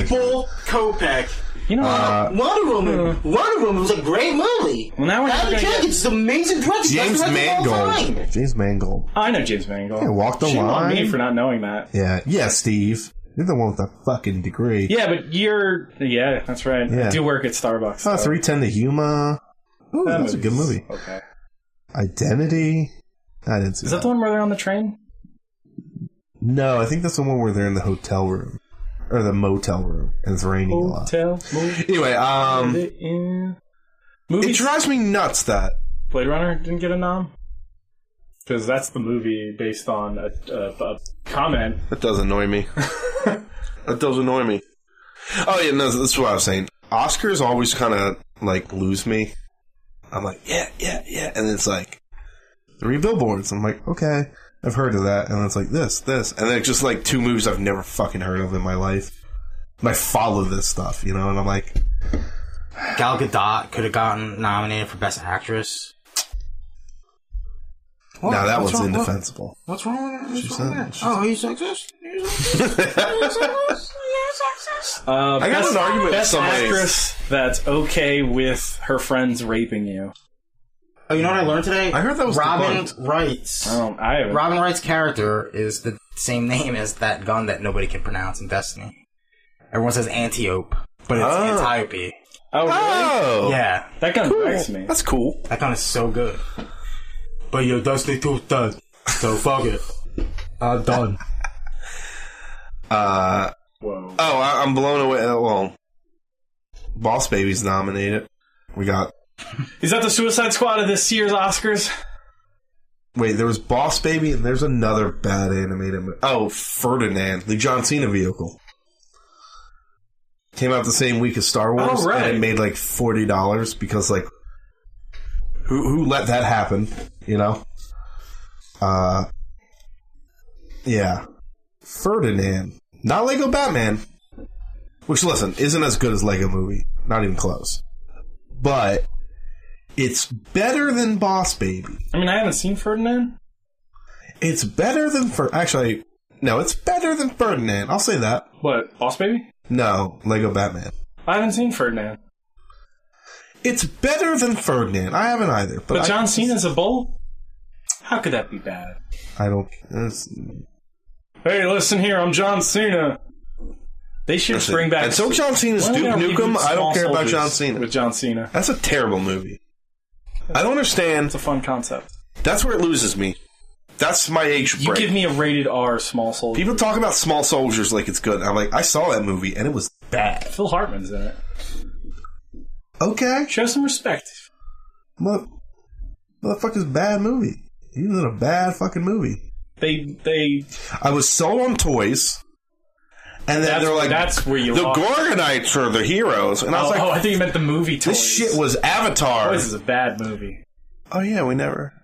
actually.
Sheeple Kopeck.
You know, Hmm.
Uh,
Wonder Woman. Wonder Woman was a great movie.
Well, now we're never
Patty
gonna
Jenkins is an amazing director. Best
James
director of all time.
Mangold. James Mangold.
I know James Mangold.
Yeah, Walk the
Shame on
Line.
me for not knowing that.
Yeah, yeah, Steve. You're the one with the fucking degree.
Yeah, but you're. Yeah, that's right.
Yeah.
I do work at Starbucks.
Oh,
so-
310 to Yuma. Ooh,
That
that was a good
movie's-
movie.
Okay.
Identity. I didn't see
Is that the one where they're on the train?
No, I think that's the one where they're in the hotel room or the motel room, and it's raining
Oh,
a lot.
Hotel. Movie.
Anyway, um,
the inn.
it
Movies.
drives me nuts that
Blade Runner didn't get a nom. Because that's the movie based on a, a, a comment.
that does annoy me. that does annoy me. Oh yeah, no, that's what I was saying. Oscars always kind of like lose me. I'm like, yeah, yeah, yeah, and it's like three billboards. I'm like, okay, I've heard of that, and it's like this, this, and then it's just like two movies I've never fucking heard of in my life. And I follow this stuff, you know, and I'm like,
Gal Gadot could have gotten nominated for Best Actress.
no,
What?
that
What's
one's
wrong- what-
indefensible.
What's wrong? What's
said
wrong with
it.
that? Oh, he's sexist. He's sexist. He's sexist. He's sexist.
Uh,
I got
best,
in an argument with
best
somebody.
actress that's okay with her friends raping you.
Oh, you know what I learned today?
I heard that was
Robin
debunked.
Wright's.
Um, I haven't.
Robin Wright's character is the same name as that gun that nobody can pronounce in Destiny. Everyone says Antiope, but it's
Oh.
Antiope.
oh, really?
Oh,
Yeah,
that gun breaks me.
that's cool.
that gun is so good. But your Destiny 2 is done, so fuck it. I'm done.
Uh,
Whoa.
oh, I, I'm blown away. uh, Well, Boss Baby's nominated. We got
Is that the Suicide Squad of this year's Oscars?
wait, there was Boss Baby, and there's another bad animated. Movie. Oh, Ferdinand, the John Cena vehicle. Came out the same week as Star Wars,
Oh, right.
and it made like forty dollars because like, who who let that happen? You know. Uh, yeah, Ferdinand, not Lego Batman. Which listen isn't as good as Lego Movie, not even close. But it's better than Boss Baby.
I mean, I haven't seen Ferdinand.
It's better than Fer- actually no, it's better than Ferdinand. I'll say that.
What? Boss Baby?
No, Lego Batman.
I haven't seen Ferdinand.
It's better than Ferdinand. I haven't either, but,
But
I-
John Cena's a bull? How could that be bad?
I, don't. It's,
Hey, listen here, I'm John Cena. They should
listen,
bring back.
until John Cena's
Why
Duke
don't they
Nukem.
reboot
I don't
Small
care about
Soldiers
John Cena.
With John Cena.
That's a terrible movie. I don't
It's
understand.
a fun concept.
That's where it loses me. That's my age
You
break.
give me a rated R small soldier.
People talk about Small Soldiers like it's good. I'm like, I saw that movie and it was bad.
Phil Hartman's in it.
Okay,
Show some respect.
mother, motherfucker's bad movie. He was in a bad fucking movie.
They they
I was sold on toys, and then
That's-
they're like,
that's where you
the
lost.
Gorgonites are the heroes," and I
oh,
was like,
oh, I think you meant the movie toys.
"This shit was Avatar."
Toys is a bad movie.
Oh yeah, we never.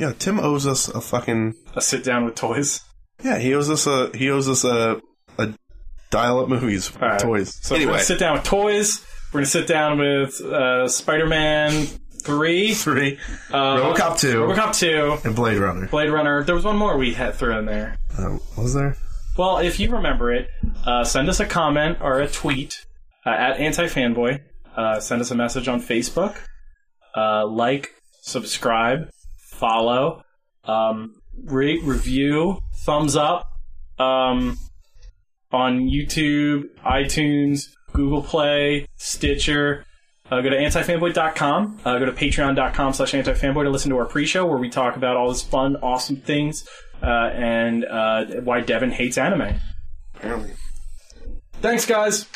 Yeah, Tim owes us a fucking.
A sit down with toys.
Yeah, he owes us a he owes us a a dial up movies with
All right.
toys.
So we're
anyway,
gonna sit down with toys. We're gonna sit down with uh, Spider Man three,
three
uh, RoboCop
RoboCop two
RoboCop two,
and Blade Runner.
Blade Runner. There was one more we had thrown in there.
Uh, was there?
Well, if you remember it, uh, send us a comment or a tweet uh, at AntiFanboy. Uh, send us a message on Facebook. Uh, like, subscribe, follow, um, rate, review, thumbs up um, on YouTube, iTunes, Google Play, Stitcher. Uh, go to antifanboy.com. Uh, go to patreon.com slash antifanboy to listen to our pre-show where we talk about all these fun, awesome things uh, and uh, why Devin hates anime.
Apparently.
Thanks, guys.